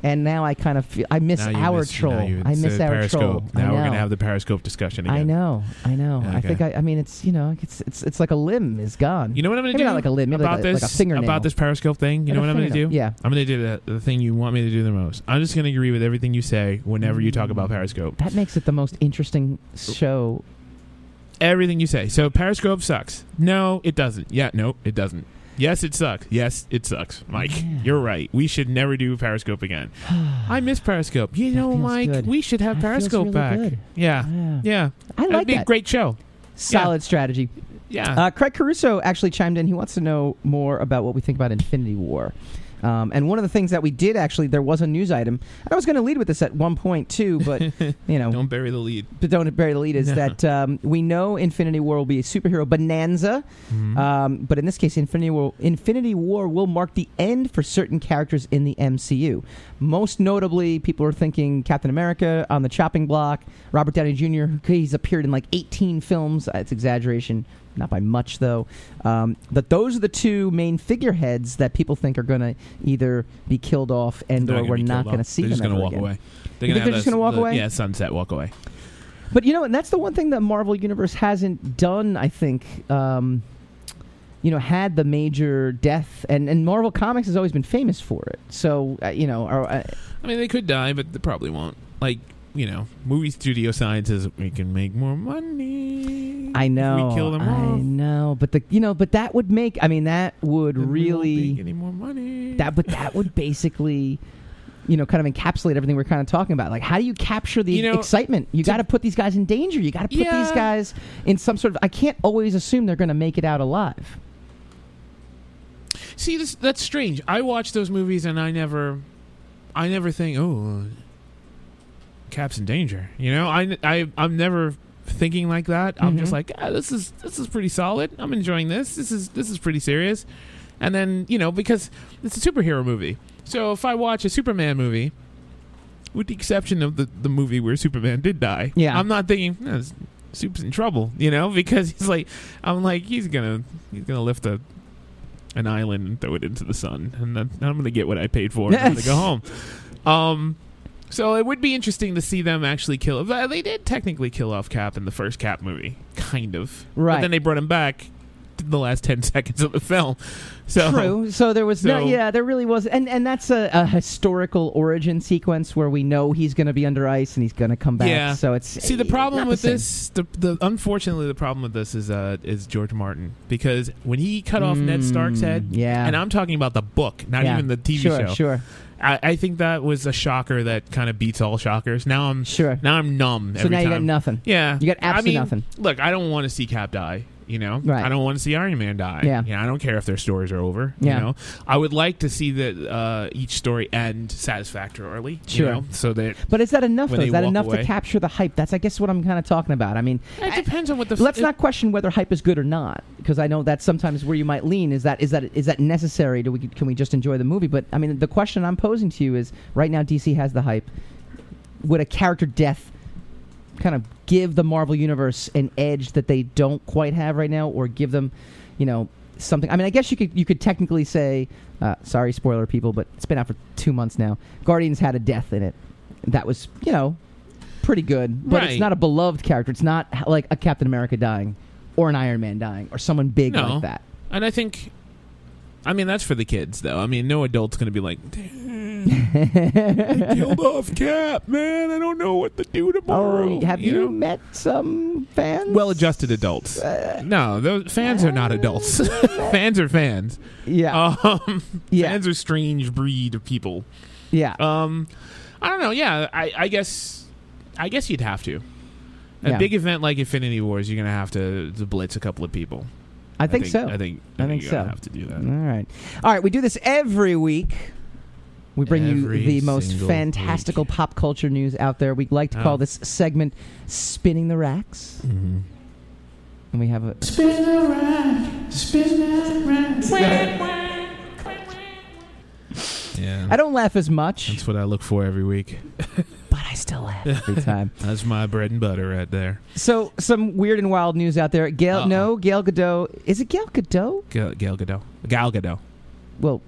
Speaker 1: and now I kind of feel I miss
Speaker 2: Now you
Speaker 1: our
Speaker 2: miss-
Speaker 1: troll.
Speaker 2: now you-
Speaker 1: I miss
Speaker 2: instead of
Speaker 1: our
Speaker 2: Periscope.
Speaker 1: troll. I
Speaker 2: Now we're
Speaker 1: know.
Speaker 2: gonna have the Periscope discussion again.
Speaker 1: I know, I know. I
Speaker 2: Okay.
Speaker 1: think I, I mean it's you know it's it's it's like a limb is gone.
Speaker 2: You know what I'm gonna
Speaker 1: maybe
Speaker 2: do?
Speaker 1: Not like a limb, maybe
Speaker 2: about
Speaker 1: like a,
Speaker 2: this
Speaker 1: like a fingernail.
Speaker 2: about this Periscope thing. You
Speaker 1: Like
Speaker 2: know
Speaker 1: a
Speaker 2: what I'm gonna do?
Speaker 1: fingernail, yeah.
Speaker 2: I'm gonna do the, the thing you want me to do the most. I'm just gonna agree with everything you say whenever you talk about Periscope.
Speaker 1: That makes it the most interesting show.
Speaker 2: Everything you say. So Periscope sucks. No, it doesn't. Yeah, no, it doesn't. Yes, it sucks. Yes, it sucks. Mike, you're right. We should never do
Speaker 1: [SIGHS]
Speaker 2: Periscope again. I miss Periscope. You know,
Speaker 1: feels
Speaker 2: Mike,
Speaker 1: good.
Speaker 2: we should have
Speaker 1: That feels
Speaker 2: Periscope
Speaker 1: really
Speaker 2: back.
Speaker 1: good.
Speaker 2: Yeah. Yeah.
Speaker 1: I
Speaker 2: That'd
Speaker 1: like
Speaker 2: be a
Speaker 1: that.
Speaker 2: great show.
Speaker 1: Solid strategy.
Speaker 2: Yeah.
Speaker 1: Uh, Craig Caruso actually chimed in. He wants to know more about what we think about Infinity War. Um, and one of the things that we did actually, there was a news item, and I was going to lead with this at one point too,
Speaker 2: [LAUGHS]
Speaker 1: but you know,
Speaker 2: don't bury the lead.
Speaker 1: but don't bury the lead is
Speaker 2: No.
Speaker 1: that um, we know Infinity War will be a superhero bonanza,
Speaker 2: Mhm.
Speaker 1: um, but in this case, Infinity War, Infinity War will mark the end for certain characters in the MCU. Most notably, people are thinking Captain America on the chopping block, Robert Downey Jr. who- He's appeared in like 18 films. Uh, It's exaggeration, not by much though. Um, but those are the two main figureheads that people think are going to either be killed off and
Speaker 2: They're
Speaker 1: or
Speaker 2: gonna
Speaker 1: we're
Speaker 2: be
Speaker 1: not
Speaker 2: killed
Speaker 1: going to
Speaker 2: off.
Speaker 1: see
Speaker 2: They're
Speaker 1: them
Speaker 2: just gonna
Speaker 1: ever
Speaker 2: walk
Speaker 1: again.
Speaker 2: away.
Speaker 1: You think
Speaker 2: have
Speaker 1: they're just
Speaker 2: that-
Speaker 1: gonna walk
Speaker 2: the-
Speaker 1: away?
Speaker 2: Yeah, sunset walk away.
Speaker 1: But you know, and that's the one thing that Marvel Universe hasn't done. I think, um, you know, had the major death, and and Marvel Comics has always been famous for it. So uh, you know, are, uh,
Speaker 2: I mean, they could die, but they probably won't. Like you know, movie studio sign says we can make more money.
Speaker 1: I know,
Speaker 2: if we kill them
Speaker 1: I
Speaker 2: off.
Speaker 1: know, but the you know, but that would make. I mean, that would really
Speaker 2: make any more money.
Speaker 1: that, but that would basically. You know, kind of encapsulate everything we're kind of talking about. Like, how do you capture the
Speaker 2: You know,
Speaker 1: excitement? You got to put these guys in danger. You got to put these
Speaker 2: Yeah.
Speaker 1: guys in some sort of. I can't always assume they're going to make it out alive.
Speaker 2: See, this, that's strange. I watch those movies and I never, I never think, oh, Cap's in danger. You know, I, I, I'm never thinking like that. I'm just
Speaker 17: Mhm.
Speaker 2: like, ah, this is this is pretty solid. I'm enjoying this. This is this is pretty serious. And then you know, because it's a superhero movie, so if I watch a Superman movie. With the exception of the, the movie where Superman did die,
Speaker 1: Yeah.
Speaker 2: I'm not thinking "No, Soup's in trouble, you know, because he's like, I'm like, he's gonna he's gonna lift a an island and throw it into the sun, and then I'm going to get what I paid for. and I'm going to go home. Um, so it would be interesting to see them actually kill. but They did technically kill off Cap in the first Cap movie, kind of.
Speaker 1: Right.
Speaker 2: But then they brought him back in the last ten [LAUGHS] seconds of the film. So
Speaker 1: True. So there was no.
Speaker 2: so-
Speaker 1: Yeah, there really was, and and that's a, a historical origin sequence where we know he's going to be under ice and he's going to come back.
Speaker 2: Yeah.
Speaker 1: So it's eh,
Speaker 2: see the problem with this. The, the unfortunately the problem with this is uh is George Martin because when he cut off Ned Stark's
Speaker 1: Mm,
Speaker 2: head,
Speaker 1: yeah.
Speaker 2: and I'm talking about the book, not
Speaker 1: Yeah.
Speaker 2: even the TV
Speaker 1: Sure,
Speaker 2: show.
Speaker 1: sure.
Speaker 2: I, I think that was a shocker that kind of beats all shockers. Now I'm
Speaker 1: sure.
Speaker 2: Now I'm numb.
Speaker 1: So
Speaker 2: every
Speaker 1: now you got
Speaker 2: time.
Speaker 1: nothing.
Speaker 2: Yeah,
Speaker 1: You got absolutely
Speaker 2: I mean,
Speaker 1: nothing.
Speaker 2: Look, I don't want to see Cap die. You know,
Speaker 1: Right.
Speaker 2: I don't want to see Iron Man die.
Speaker 1: Yeah.
Speaker 2: You know, I don't care if their stories are over.
Speaker 1: Yeah.
Speaker 2: You know, I would like to see that uh, each story end satisfactorily.
Speaker 1: Sure.
Speaker 2: You know, so that
Speaker 1: But is that enough?
Speaker 2: when
Speaker 1: Though?
Speaker 2: they
Speaker 1: Is that
Speaker 2: walk
Speaker 1: enough
Speaker 2: away-
Speaker 1: to capture the hype? That's I guess what I'm kind of talking about. I mean,
Speaker 2: It depends on what the f-
Speaker 1: let's
Speaker 2: it-
Speaker 1: not question whether hype is good or not because I know that's sometimes where you might lean. Is that is that is that necessary? Do we can we just enjoy the movie? But I mean, the question I'm posing to you is: right now, DC has the hype. Would a character death kind of give the Marvel universe an edge that they don't quite have right now, or give them, you know, something? I mean, I guess you could you could technically say, uh, sorry, spoiler people, but it's been out for two months now. Guardians had a death in it. That was you know pretty good, but it's
Speaker 2: Right.
Speaker 1: not a beloved character. It's not h- like a Captain America dying, or an Iron Man dying, or someone big
Speaker 2: no.
Speaker 1: like
Speaker 2: [LAUGHS]
Speaker 1: that.
Speaker 2: And I think, I mean, that's for the kids though. I mean, no adult's going to be like,
Speaker 1: [LAUGHS]
Speaker 2: killed off Cap, man. I don't know what to do tomorrow.
Speaker 1: Oh, have
Speaker 2: you
Speaker 1: you,
Speaker 2: know?
Speaker 1: met some fans? Uh,
Speaker 2: well-adjusted adults. no, those fans are not adults. [LAUGHS] fans are fans.
Speaker 1: Yeah.
Speaker 2: Um, Fans are strange breed of people.
Speaker 1: Yeah.
Speaker 2: Um, I don't know. Yeah, I, I guess, I guess you'd have to. A
Speaker 1: Yeah.
Speaker 2: big event like Infinity Wars, you're gonna have to, to blitz a couple of people.
Speaker 1: I think, so.
Speaker 2: I think.
Speaker 1: I think
Speaker 2: you're gonna
Speaker 1: so.
Speaker 2: Have to do that.
Speaker 1: All right. All right. We do this every week. We bring
Speaker 2: Every
Speaker 1: you the most
Speaker 2: single
Speaker 1: fantastical pop culture news out there. We like to
Speaker 2: Oh.
Speaker 1: call this segment "Spinning the Racks,"
Speaker 2: Mhm.
Speaker 1: and we have a
Speaker 18: Spin around, spin around.
Speaker 2: Yeah.
Speaker 1: I don't laugh as much,
Speaker 2: That's what I look for every week.
Speaker 1: but I still laugh every
Speaker 2: [LAUGHS]
Speaker 1: time.
Speaker 2: That's my bread and butter right there.
Speaker 1: So, some weird and wild news out there. Gail, no, Gail Godot. Is it Gail Godot?
Speaker 2: Gal, Gal Gadot. Gal Gadot.
Speaker 1: Well,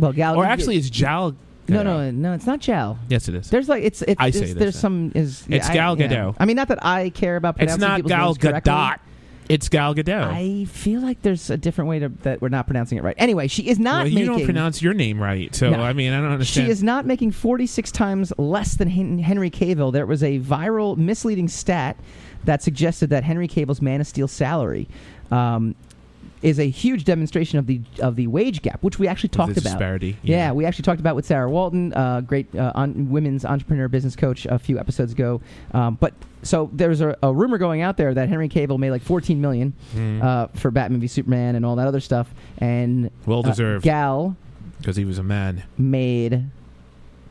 Speaker 1: well, Gal.
Speaker 2: Or actually, it's Jal.
Speaker 1: no, no, no. It's not Jal.
Speaker 2: Yes, it is.
Speaker 1: There's like it's. it's
Speaker 2: I say
Speaker 1: it's-
Speaker 2: it is
Speaker 1: there's
Speaker 2: that.
Speaker 1: some is.
Speaker 2: It's Gal
Speaker 1: yeah.
Speaker 2: Gadot.
Speaker 1: I mean, not that I care about.
Speaker 2: It's
Speaker 1: Pronouncing
Speaker 2: not
Speaker 1: people's
Speaker 2: Gal
Speaker 1: names correctly.
Speaker 2: Gadot. It's Gal Gadot.
Speaker 1: I feel like there's a different way to, that we're not pronouncing it right. Anyway, she is not
Speaker 2: well, you
Speaker 1: making.
Speaker 2: don't pronounce your name right, so
Speaker 1: No.
Speaker 2: I mean, I don't understand.
Speaker 1: She is not making 46 times less than Hen- Henry Cavill. There was a viral misleading stat that suggested that Henry Cavill's Man of Steel salary um, is a huge demonstration of the of the wage gap, which we actually talked
Speaker 2: the
Speaker 1: about.
Speaker 2: disparity,
Speaker 1: Yeah.
Speaker 2: yeah.
Speaker 1: we actually talked about with Sarah Walton, uh, great uh, on, women's entrepreneur business coach, a few episodes ago. Um, but so there's a, a rumor going out there that Henry Cable made like 14 million
Speaker 2: Mm.
Speaker 1: uh, for Batman v Superman and all that other stuff, and
Speaker 2: Well
Speaker 1: uh,
Speaker 2: deserved.
Speaker 1: Gal
Speaker 2: because he was a man.
Speaker 1: made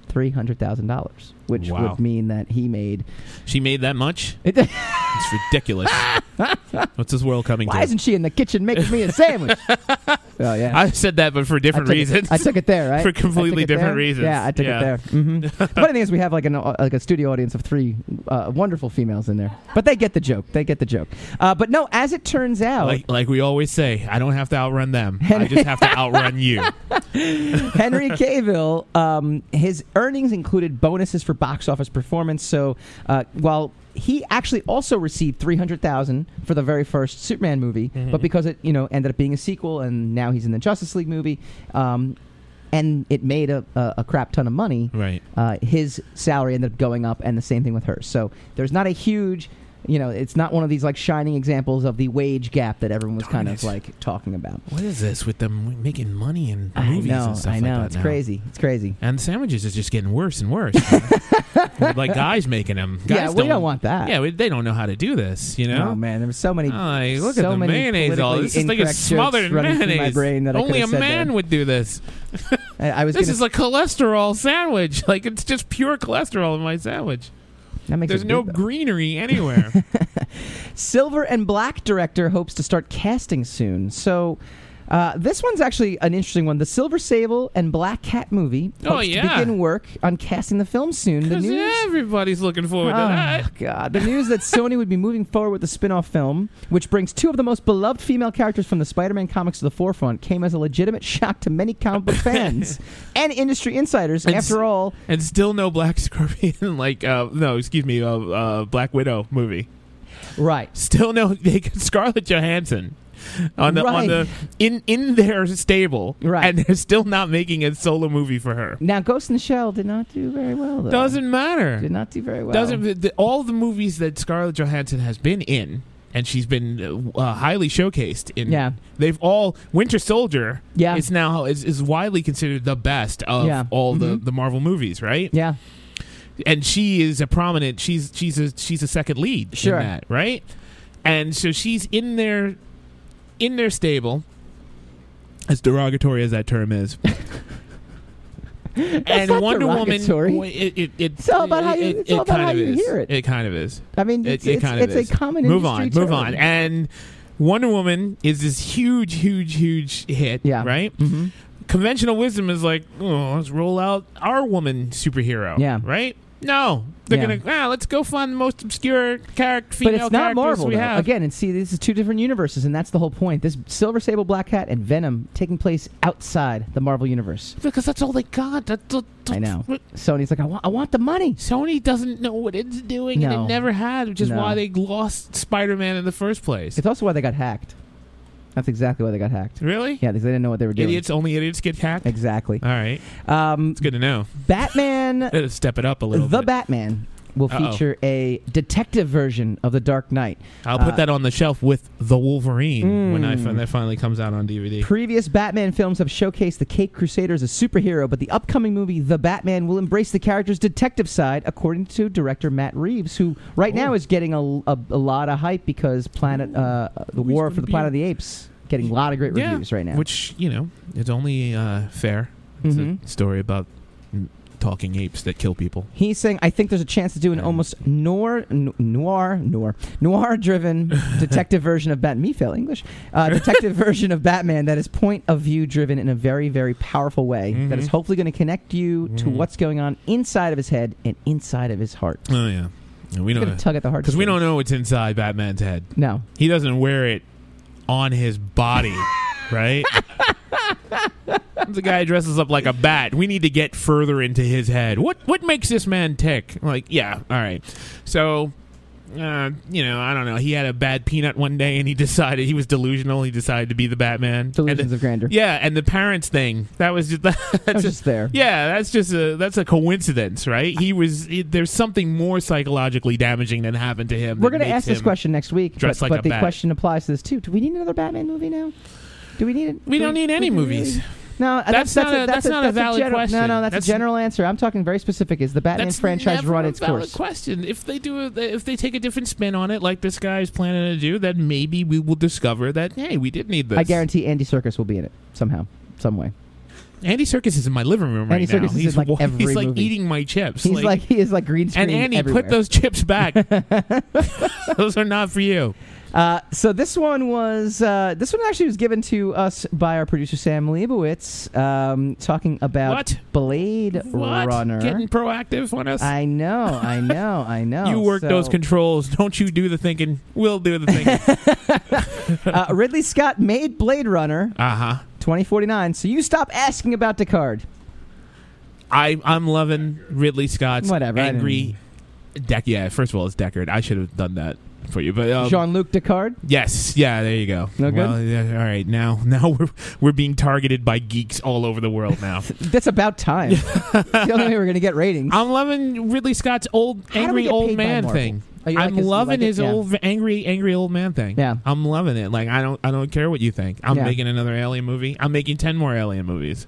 Speaker 1: three hundred thousand dollars, which
Speaker 2: Wow.
Speaker 1: would mean that he made.
Speaker 2: She made that much?
Speaker 1: [LAUGHS]
Speaker 2: it's [LAUGHS] ridiculous. What's this world coming
Speaker 1: Why
Speaker 2: to?
Speaker 1: isn't she in the kitchen making me a
Speaker 2: [LAUGHS]
Speaker 1: sandwich? oh yeah,
Speaker 2: I said that, but for
Speaker 1: I
Speaker 2: different
Speaker 1: took it-
Speaker 2: reasons.
Speaker 1: I took it there, right?
Speaker 2: [LAUGHS] for
Speaker 1: I took
Speaker 2: completely
Speaker 1: it there.
Speaker 2: different reasons.
Speaker 1: Yeah, I took it there.
Speaker 2: [LAUGHS]
Speaker 1: hmm the funny thing is, we have like an au- like a studio audience of three uh, wonderful females in there, but they get the joke. They get the joke. Uh, but no, as it turns out,
Speaker 2: Like, like we always say, I don't have to outrun them. I just have to outrun [LAUGHS] you.
Speaker 1: Henry Cavill, um, his earnings included bonuses for box office performance. So uh, while he actually also received three hundred thousand for the very first Superman movie,
Speaker 2: Mm-hmm.
Speaker 19: Mhm.
Speaker 1: but because it you know ended up being a sequel, and now he's in the Justice League movie, um, and it made a, a, a crap ton of money.
Speaker 2: Right.
Speaker 1: Uh, his salary ended up going up, and the same thing with hers. So there's not a huge. You know, it's not one of these like shining examples of the wage gap that everyone was kind of like talking about.
Speaker 2: What is this with them making money in movies
Speaker 1: I know,
Speaker 2: and stuff
Speaker 1: I
Speaker 2: like
Speaker 1: know,
Speaker 2: that
Speaker 1: it's
Speaker 2: now?
Speaker 1: crazy. It's crazy.
Speaker 2: And sandwiches is just getting worse and [LAUGHS] worse. like guys making them. Guys
Speaker 1: Yeah, we don't want that.
Speaker 2: Yeah, we, they don't know how to do this. You know.
Speaker 1: Oh man, there were so many.
Speaker 2: Like, look
Speaker 1: so
Speaker 2: at the
Speaker 1: many
Speaker 2: mayonnaise. All
Speaker 1: politically
Speaker 2: this is like
Speaker 1: incorrect
Speaker 2: it's smothered
Speaker 1: jokes
Speaker 2: in
Speaker 1: running through
Speaker 2: mayonnaise.
Speaker 1: My brain that I
Speaker 2: Only
Speaker 1: could've
Speaker 2: a
Speaker 1: said
Speaker 2: man
Speaker 1: there.
Speaker 2: would do this.
Speaker 1: I, I was.
Speaker 2: This
Speaker 1: gonna
Speaker 2: is a cholesterol sandwich. [LAUGHS] Like it's just pure cholesterol in my sandwich.
Speaker 1: That makes
Speaker 2: There's
Speaker 1: it
Speaker 2: no
Speaker 1: good, though. [LAUGHS]
Speaker 2: greenery anywhere.
Speaker 1: Silver and Black director hopes to start casting soon. So. Uh, this one's actually an interesting one. The Silver Sable and Black Cat movie
Speaker 2: Oh,
Speaker 1: hopes
Speaker 2: yeah.
Speaker 1: to begin work on casting the film soon. The
Speaker 2: 'Cause
Speaker 1: news,
Speaker 2: everybody's looking
Speaker 1: oh,
Speaker 2: [LAUGHS] forward to that.
Speaker 1: God, the news that Sony would be moving forward with the spin-off film, which brings two of the most beloved female characters from the Spider-Man comics to the forefront, came as a legitimate shock to many comic book
Speaker 2: [LAUGHS]
Speaker 1: fans and industry insiders.
Speaker 2: And s-
Speaker 1: After all,
Speaker 2: And still no Black [LAUGHS] Scorpion. Like uh, no, excuse me, uh, uh, Black Widow movie.
Speaker 1: Right.
Speaker 2: Still no [LAUGHS] they got Scarlett Johansson on the on
Speaker 1: Right.
Speaker 2: the in in their stable.
Speaker 1: Right.
Speaker 2: And they're still not making a solo movie for her.
Speaker 1: Now, Ghost in the Shell did not do very well. Though.
Speaker 2: Doesn't matter.
Speaker 1: Did not do very well.
Speaker 2: Doesn't the, all the movies that Scarlett Johansson has been in, and she's been uh, highly showcased in.
Speaker 1: Yeah.
Speaker 2: they've all Winter Soldier.
Speaker 1: Yeah.
Speaker 2: is now is, is widely considered the best of
Speaker 1: Yeah.
Speaker 2: all the,
Speaker 1: Mhm.
Speaker 2: the Marvel movies, right?
Speaker 1: Yeah,
Speaker 2: and she is a prominent. She's she's a she's a second lead
Speaker 1: Sure.
Speaker 2: in that, right? And so she's in their in their stable, as derogatory as that
Speaker 1: [LAUGHS]
Speaker 2: term is. and
Speaker 1: not
Speaker 2: Wonder
Speaker 1: derogatory.
Speaker 2: Woman, it, it, it,
Speaker 1: It's all about how you- it's all about
Speaker 2: kind
Speaker 1: how
Speaker 2: of
Speaker 1: you
Speaker 2: is.
Speaker 1: hear it.
Speaker 2: It kind of is.
Speaker 1: I mean, it's- it's- it's a common
Speaker 2: Move on,
Speaker 1: industry
Speaker 2: move
Speaker 1: term.
Speaker 2: on, and Wonder Woman is this huge, huge, huge hit. Yeah. Right.
Speaker 1: Mm-hmm.
Speaker 2: Conventional wisdom is like, oh, let's roll out our woman superhero.
Speaker 1: Yeah.
Speaker 2: Right. No, they're
Speaker 1: Yeah.
Speaker 2: gonna ah, let's go find the most obscure character, female
Speaker 1: but it's not
Speaker 2: characters
Speaker 1: Marvel
Speaker 2: we
Speaker 1: though.
Speaker 2: have.
Speaker 1: again. And see, this is two different universes, and that's the whole point. This Silver Sable, Black Cat, and Venom taking place outside the Marvel universe.
Speaker 2: because that's all they got. That's, that's,
Speaker 1: I know. Sony's like, I want, I want the money.
Speaker 2: Sony doesn't know what it's doing, and
Speaker 1: No.
Speaker 2: it never had, which is
Speaker 1: No.
Speaker 2: why they lost Spider-Man in the first place.
Speaker 1: It's also why they got hacked. That's exactly why they got hacked.
Speaker 2: Really?
Speaker 1: Yeah, because they didn't know what they were doing.
Speaker 2: Idiots only idiots get hacked.
Speaker 1: Exactly.
Speaker 2: All right,
Speaker 1: Um,
Speaker 2: it's good to know.
Speaker 1: Batman
Speaker 2: Better step it up [LAUGHS] a little.
Speaker 1: The
Speaker 2: bit.
Speaker 1: Batman will
Speaker 2: Uh-oh.
Speaker 1: feature a detective version of The Dark Knight.
Speaker 2: I'll put
Speaker 1: Uh,
Speaker 2: that on the shelf with the Wolverine when I
Speaker 1: Mm.
Speaker 2: fin- that finally comes out on DVD.
Speaker 1: Previous Batman films have showcased the Cape Crusader as a superhero, but the upcoming movie, The Batman, will embrace the character's detective side, according to director Matt Reeves, who right now is getting a, a, a lot of hype because Planet uh, the War for the Planet of the Apes getting a lot of great
Speaker 2: Yeah,
Speaker 1: reviews right now.
Speaker 2: Which you know, it's only uh, fair. It's
Speaker 1: Mhm.
Speaker 2: a story about mm, talking apes that kill people.
Speaker 1: He's saying, I think there's a chance to do an almost noir, n- noir, noir,
Speaker 2: [LAUGHS]
Speaker 1: noir-driven detective version of Batman. Me fail English. Uh, detective version of Batman that is point of view driven in a very, very powerful way that is
Speaker 2: Mhm.
Speaker 1: hopefully going to connect you to
Speaker 2: Mhm.
Speaker 1: what's going on inside of his head and inside of his heart.
Speaker 2: Oh yeah, Yeah, we
Speaker 1: He's
Speaker 2: don't
Speaker 1: gonna tug at the
Speaker 2: because we don't know what's inside Batman's head.
Speaker 1: No.
Speaker 2: he doesn't wear it on
Speaker 1: [LAUGHS]
Speaker 2: his body, right? the guy dresses up like a bat. We need to get further into his head. What what makes this man tick? Like, yeah, all right. So, uh, you know, I don't know. He had a bad peanut one day, and he decided he was delusional. He decided to be the Batman.
Speaker 1: Delusions
Speaker 2: And the-
Speaker 1: of grandeur.
Speaker 2: Yeah, and the parents thing. That was just [LAUGHS] that's
Speaker 1: was just there.
Speaker 2: Yeah, that's just a that's a coincidence, right? He was it, there's something more psychologically damaging than happened to him.
Speaker 1: We're
Speaker 2: that
Speaker 1: going to
Speaker 2: makes
Speaker 1: ask this
Speaker 2: him-
Speaker 1: question next week, but,
Speaker 2: dressed like
Speaker 1: but
Speaker 2: a
Speaker 1: the
Speaker 2: bat.
Speaker 1: question applies to this too. Do we need another Batman movie now? Do we need it?
Speaker 2: We
Speaker 1: do
Speaker 2: don't need any
Speaker 1: do we
Speaker 2: movies.
Speaker 1: really- No, uh,
Speaker 2: That's
Speaker 1: that's,
Speaker 2: not a- that's not a valid
Speaker 1: general,
Speaker 2: question.
Speaker 1: No, no, that's, a
Speaker 2: That's-
Speaker 1: general answer. I'm talking very specific. Is the Batman
Speaker 2: That's
Speaker 1: franchise
Speaker 2: never
Speaker 1: run
Speaker 2: a
Speaker 1: its
Speaker 2: valid
Speaker 1: course?
Speaker 2: question. If they do, a, if they take a different spin on it, like this guy is planning to do, then maybe we will discover that hey, we did need this.
Speaker 1: I guarantee Andy Circus will be in it somehow, some way.
Speaker 2: Andy Circus is in my living room
Speaker 1: Andy
Speaker 2: right now.
Speaker 1: Serkis is
Speaker 2: he's
Speaker 1: in, like,
Speaker 2: wa-
Speaker 1: every
Speaker 2: he's like
Speaker 1: movie.
Speaker 2: eating my chips.
Speaker 1: He's like, he is like green screen.
Speaker 2: and Andy,
Speaker 1: everywhere.
Speaker 2: put those
Speaker 1: [LAUGHS]
Speaker 2: chips back. those are not for you.
Speaker 1: Uh, so this one was uh, this one actually was given to us by our producer Sam Leibowitz, um, talking about
Speaker 2: What?
Speaker 1: Blade
Speaker 2: What?
Speaker 1: Runner.
Speaker 2: Getting proactive on us.
Speaker 1: I know, I know, I know.
Speaker 2: you work
Speaker 1: Oh, So,
Speaker 2: those controls. [LAUGHS] Don't you do the thinking. We'll do the
Speaker 1: [LAUGHS]
Speaker 2: thinking.
Speaker 1: uh, Ridley Scott made Blade Runner
Speaker 2: uh huh.
Speaker 1: 2049. So you stop asking about Descartes.
Speaker 2: I I'm loving Ridley Scott's
Speaker 1: Whatever, I
Speaker 2: angry. Deck. Yeah. First of all, it's Deckard. I should have done that for you, but um,
Speaker 1: Jean Luc Descartes.
Speaker 2: Yes. Yeah. There you go.
Speaker 1: No good?
Speaker 2: Well, yeah, all right. Now, [LAUGHS] now we're we're being targeted by geeks all over the
Speaker 1: [LAUGHS]
Speaker 2: world now.
Speaker 1: That's about time. It's the only way we're gonna get ratings.
Speaker 2: I'm loving Ridley Scott's old
Speaker 1: do we
Speaker 2: angry
Speaker 1: get
Speaker 2: old
Speaker 1: paid by
Speaker 2: man
Speaker 1: Marvel?
Speaker 2: thing.
Speaker 1: Oh, you like
Speaker 2: I'm
Speaker 1: his- you
Speaker 2: loving
Speaker 1: like it?
Speaker 2: his
Speaker 1: Yeah.
Speaker 2: old angry angry old man thing.
Speaker 1: Yeah.
Speaker 2: I'm loving it. Like I don't I don't care what you think. I'm
Speaker 1: Yeah.
Speaker 2: making another alien movie. I'm making 10 more alien movies.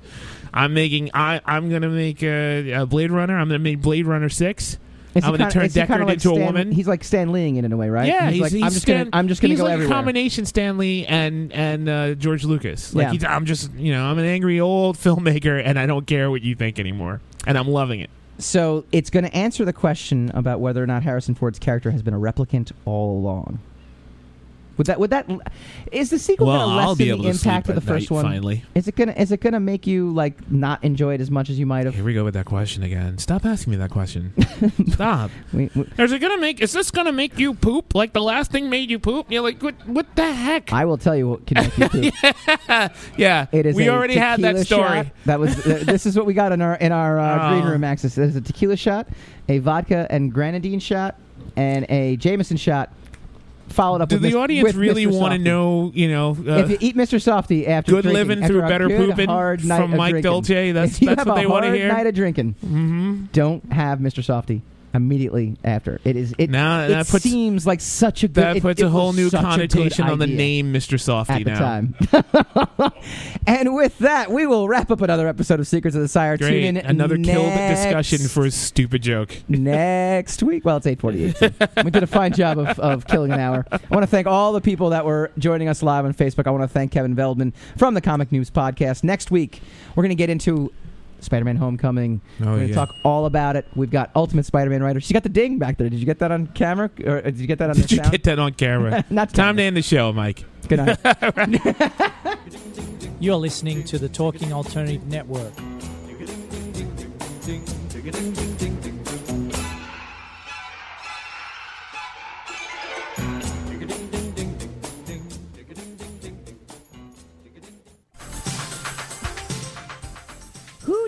Speaker 2: I'm making I I'm going to make a, a Blade Runner. I'm going to make Blade Runner 6.
Speaker 1: Is he
Speaker 2: I'm going
Speaker 1: kinda-
Speaker 2: to turn
Speaker 1: is he kinda
Speaker 2: Deckard
Speaker 1: like
Speaker 2: into a
Speaker 1: Stan-
Speaker 2: woman.
Speaker 1: He's like Stan Leeing it in a way, right?
Speaker 2: Yeah,
Speaker 1: he's,
Speaker 2: he's,
Speaker 1: like
Speaker 2: he's
Speaker 1: I'm just
Speaker 2: Stan-
Speaker 1: gonna I'm just gonna
Speaker 2: he's
Speaker 1: go
Speaker 2: like
Speaker 1: everywhere.
Speaker 2: a combination Stanley and and uh, George Lucas. Like
Speaker 1: Yeah.
Speaker 2: he's, I'm just you know I'm an angry old [LAUGHS] filmmaker and I don't care what you think anymore and I'm loving it.
Speaker 1: So it's going to answer the question about whether or not Harrison Ford's character has been a replicant all along. Would that would that is the sequel
Speaker 2: Well,
Speaker 1: going to
Speaker 2: I'll
Speaker 1: lessen
Speaker 2: be able
Speaker 1: the
Speaker 2: to sleep
Speaker 1: impact of the
Speaker 2: at
Speaker 1: first
Speaker 2: night,
Speaker 1: one?
Speaker 2: finally.
Speaker 1: is it gonna is it gonna make you like not enjoy it as much as you might have?
Speaker 2: Here we go with that question again. Stop asking me
Speaker 1: [LAUGHS]
Speaker 2: that question. Stop.
Speaker 1: We, we,
Speaker 2: Is it gonna make? Is this gonna make you poop? Like the last thing made you poop? You're like, what? What the heck?
Speaker 1: I will tell you what can
Speaker 2: [LAUGHS]
Speaker 1: make you poop.
Speaker 2: yeah,
Speaker 1: It is
Speaker 2: we
Speaker 1: a
Speaker 2: already had that
Speaker 1: tequila
Speaker 2: story.
Speaker 1: shot. That was th- this is what we got in our in our
Speaker 2: [LAUGHS]
Speaker 1: uh, green
Speaker 2: Oh.
Speaker 1: room access. There's a tequila shot, a vodka and grenadine shot, and a Jameson shot. Followed up.
Speaker 2: Do
Speaker 1: with
Speaker 2: the
Speaker 1: Mis-
Speaker 2: audience
Speaker 1: with
Speaker 2: really
Speaker 1: Mr.
Speaker 2: want to
Speaker 1: Softy.
Speaker 2: know? You know, uh,
Speaker 1: if you eat Mr. Softy after
Speaker 2: good
Speaker 1: drinking,
Speaker 2: living
Speaker 1: after
Speaker 2: through
Speaker 1: a
Speaker 2: better
Speaker 1: good,
Speaker 2: pooping
Speaker 1: hard night
Speaker 2: from
Speaker 1: of
Speaker 2: Mike
Speaker 1: drinking,
Speaker 2: Dolce, that's-
Speaker 1: if you
Speaker 2: that's
Speaker 1: have
Speaker 2: what
Speaker 1: a
Speaker 2: they wanna
Speaker 1: hard
Speaker 2: hear.
Speaker 1: Night of drinking.
Speaker 2: Mhm.
Speaker 1: Don't have Mr. Softy immediately after. It is. It,
Speaker 2: Now,
Speaker 1: it
Speaker 2: that puts-
Speaker 1: seems like such a good.
Speaker 2: that
Speaker 1: it-
Speaker 2: puts
Speaker 1: it
Speaker 2: a whole
Speaker 1: was
Speaker 2: new
Speaker 1: such a good
Speaker 2: connotation on the
Speaker 1: idea
Speaker 2: name, Mr. Softy.
Speaker 1: At the
Speaker 2: now,
Speaker 1: time, [LAUGHS] and with that, we will wrap up another episode of Secrets of the Sire.
Speaker 2: great.
Speaker 1: Tune in
Speaker 2: Another killed
Speaker 1: next-
Speaker 2: discussion for a stupid joke.
Speaker 1: next week. Well, it's
Speaker 2: [LAUGHS]
Speaker 1: 848. so we did a fine job of, of killing an hour. I want to thank all the people that were joining us live on Facebook. I want to thank Kevin Veldman from the Comic News Podcast. Next week, we're going to get into Spider-Man Homecoming.
Speaker 2: Oh,
Speaker 1: we're going to
Speaker 2: yeah.
Speaker 1: talk all about it. We've got Ultimate Spider-Man writer. She got the ding back there. Did you get that on camera? Or uh, did you get that on
Speaker 2: Did
Speaker 1: the
Speaker 2: you
Speaker 1: sound?
Speaker 2: get that
Speaker 1: [LAUGHS]
Speaker 2: on camera?
Speaker 1: Not
Speaker 2: Time to end the show, Mike.
Speaker 1: Good night.
Speaker 12: You're listening to the Talking Alternative Network.
Speaker 5: Who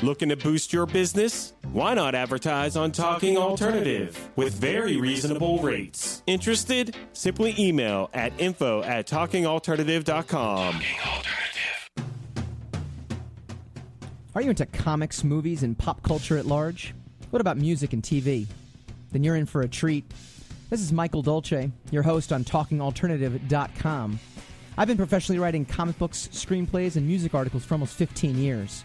Speaker 10: Looking to boost your business? Why not advertise on Talking Alternative with very reasonable rates? Interested? Simply email at info at talkingalternative.com.
Speaker 1: Are you into comics, movies, and pop culture at large? What about music and TV? Then you're in for a treat. This is Michael Dolce, your host on TalkingAlternative.com. I've been professionally writing comic books, screenplays, and music articles for almost 15 years.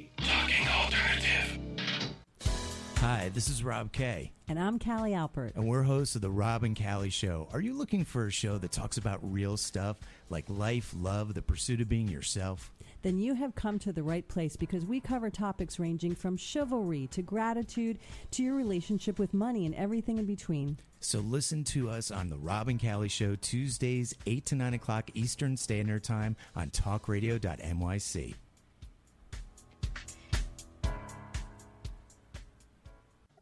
Speaker 10: Talking Alternative.
Speaker 20: Hi, this is Rob Kay.
Speaker 9: And I'm Callie Alpert.
Speaker 20: And we're hosts of The Rob and Callie Show. Are you looking for a show that talks about real stuff like life, love, the pursuit of being yourself?
Speaker 9: then you have come to the right place because we cover topics ranging from chivalry to gratitude to your relationship with money and everything in between.
Speaker 1: So listen to us on the Robin Callie Show Tuesdays, 8 to 9 o'clock Eastern Standard Time on talkradio.myc.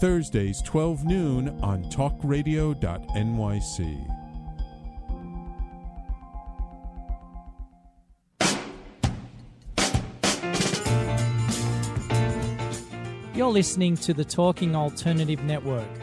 Speaker 2: Thursdays, 12 noon on talkradio.nyc.
Speaker 12: You're listening to the Talking Alternative Network.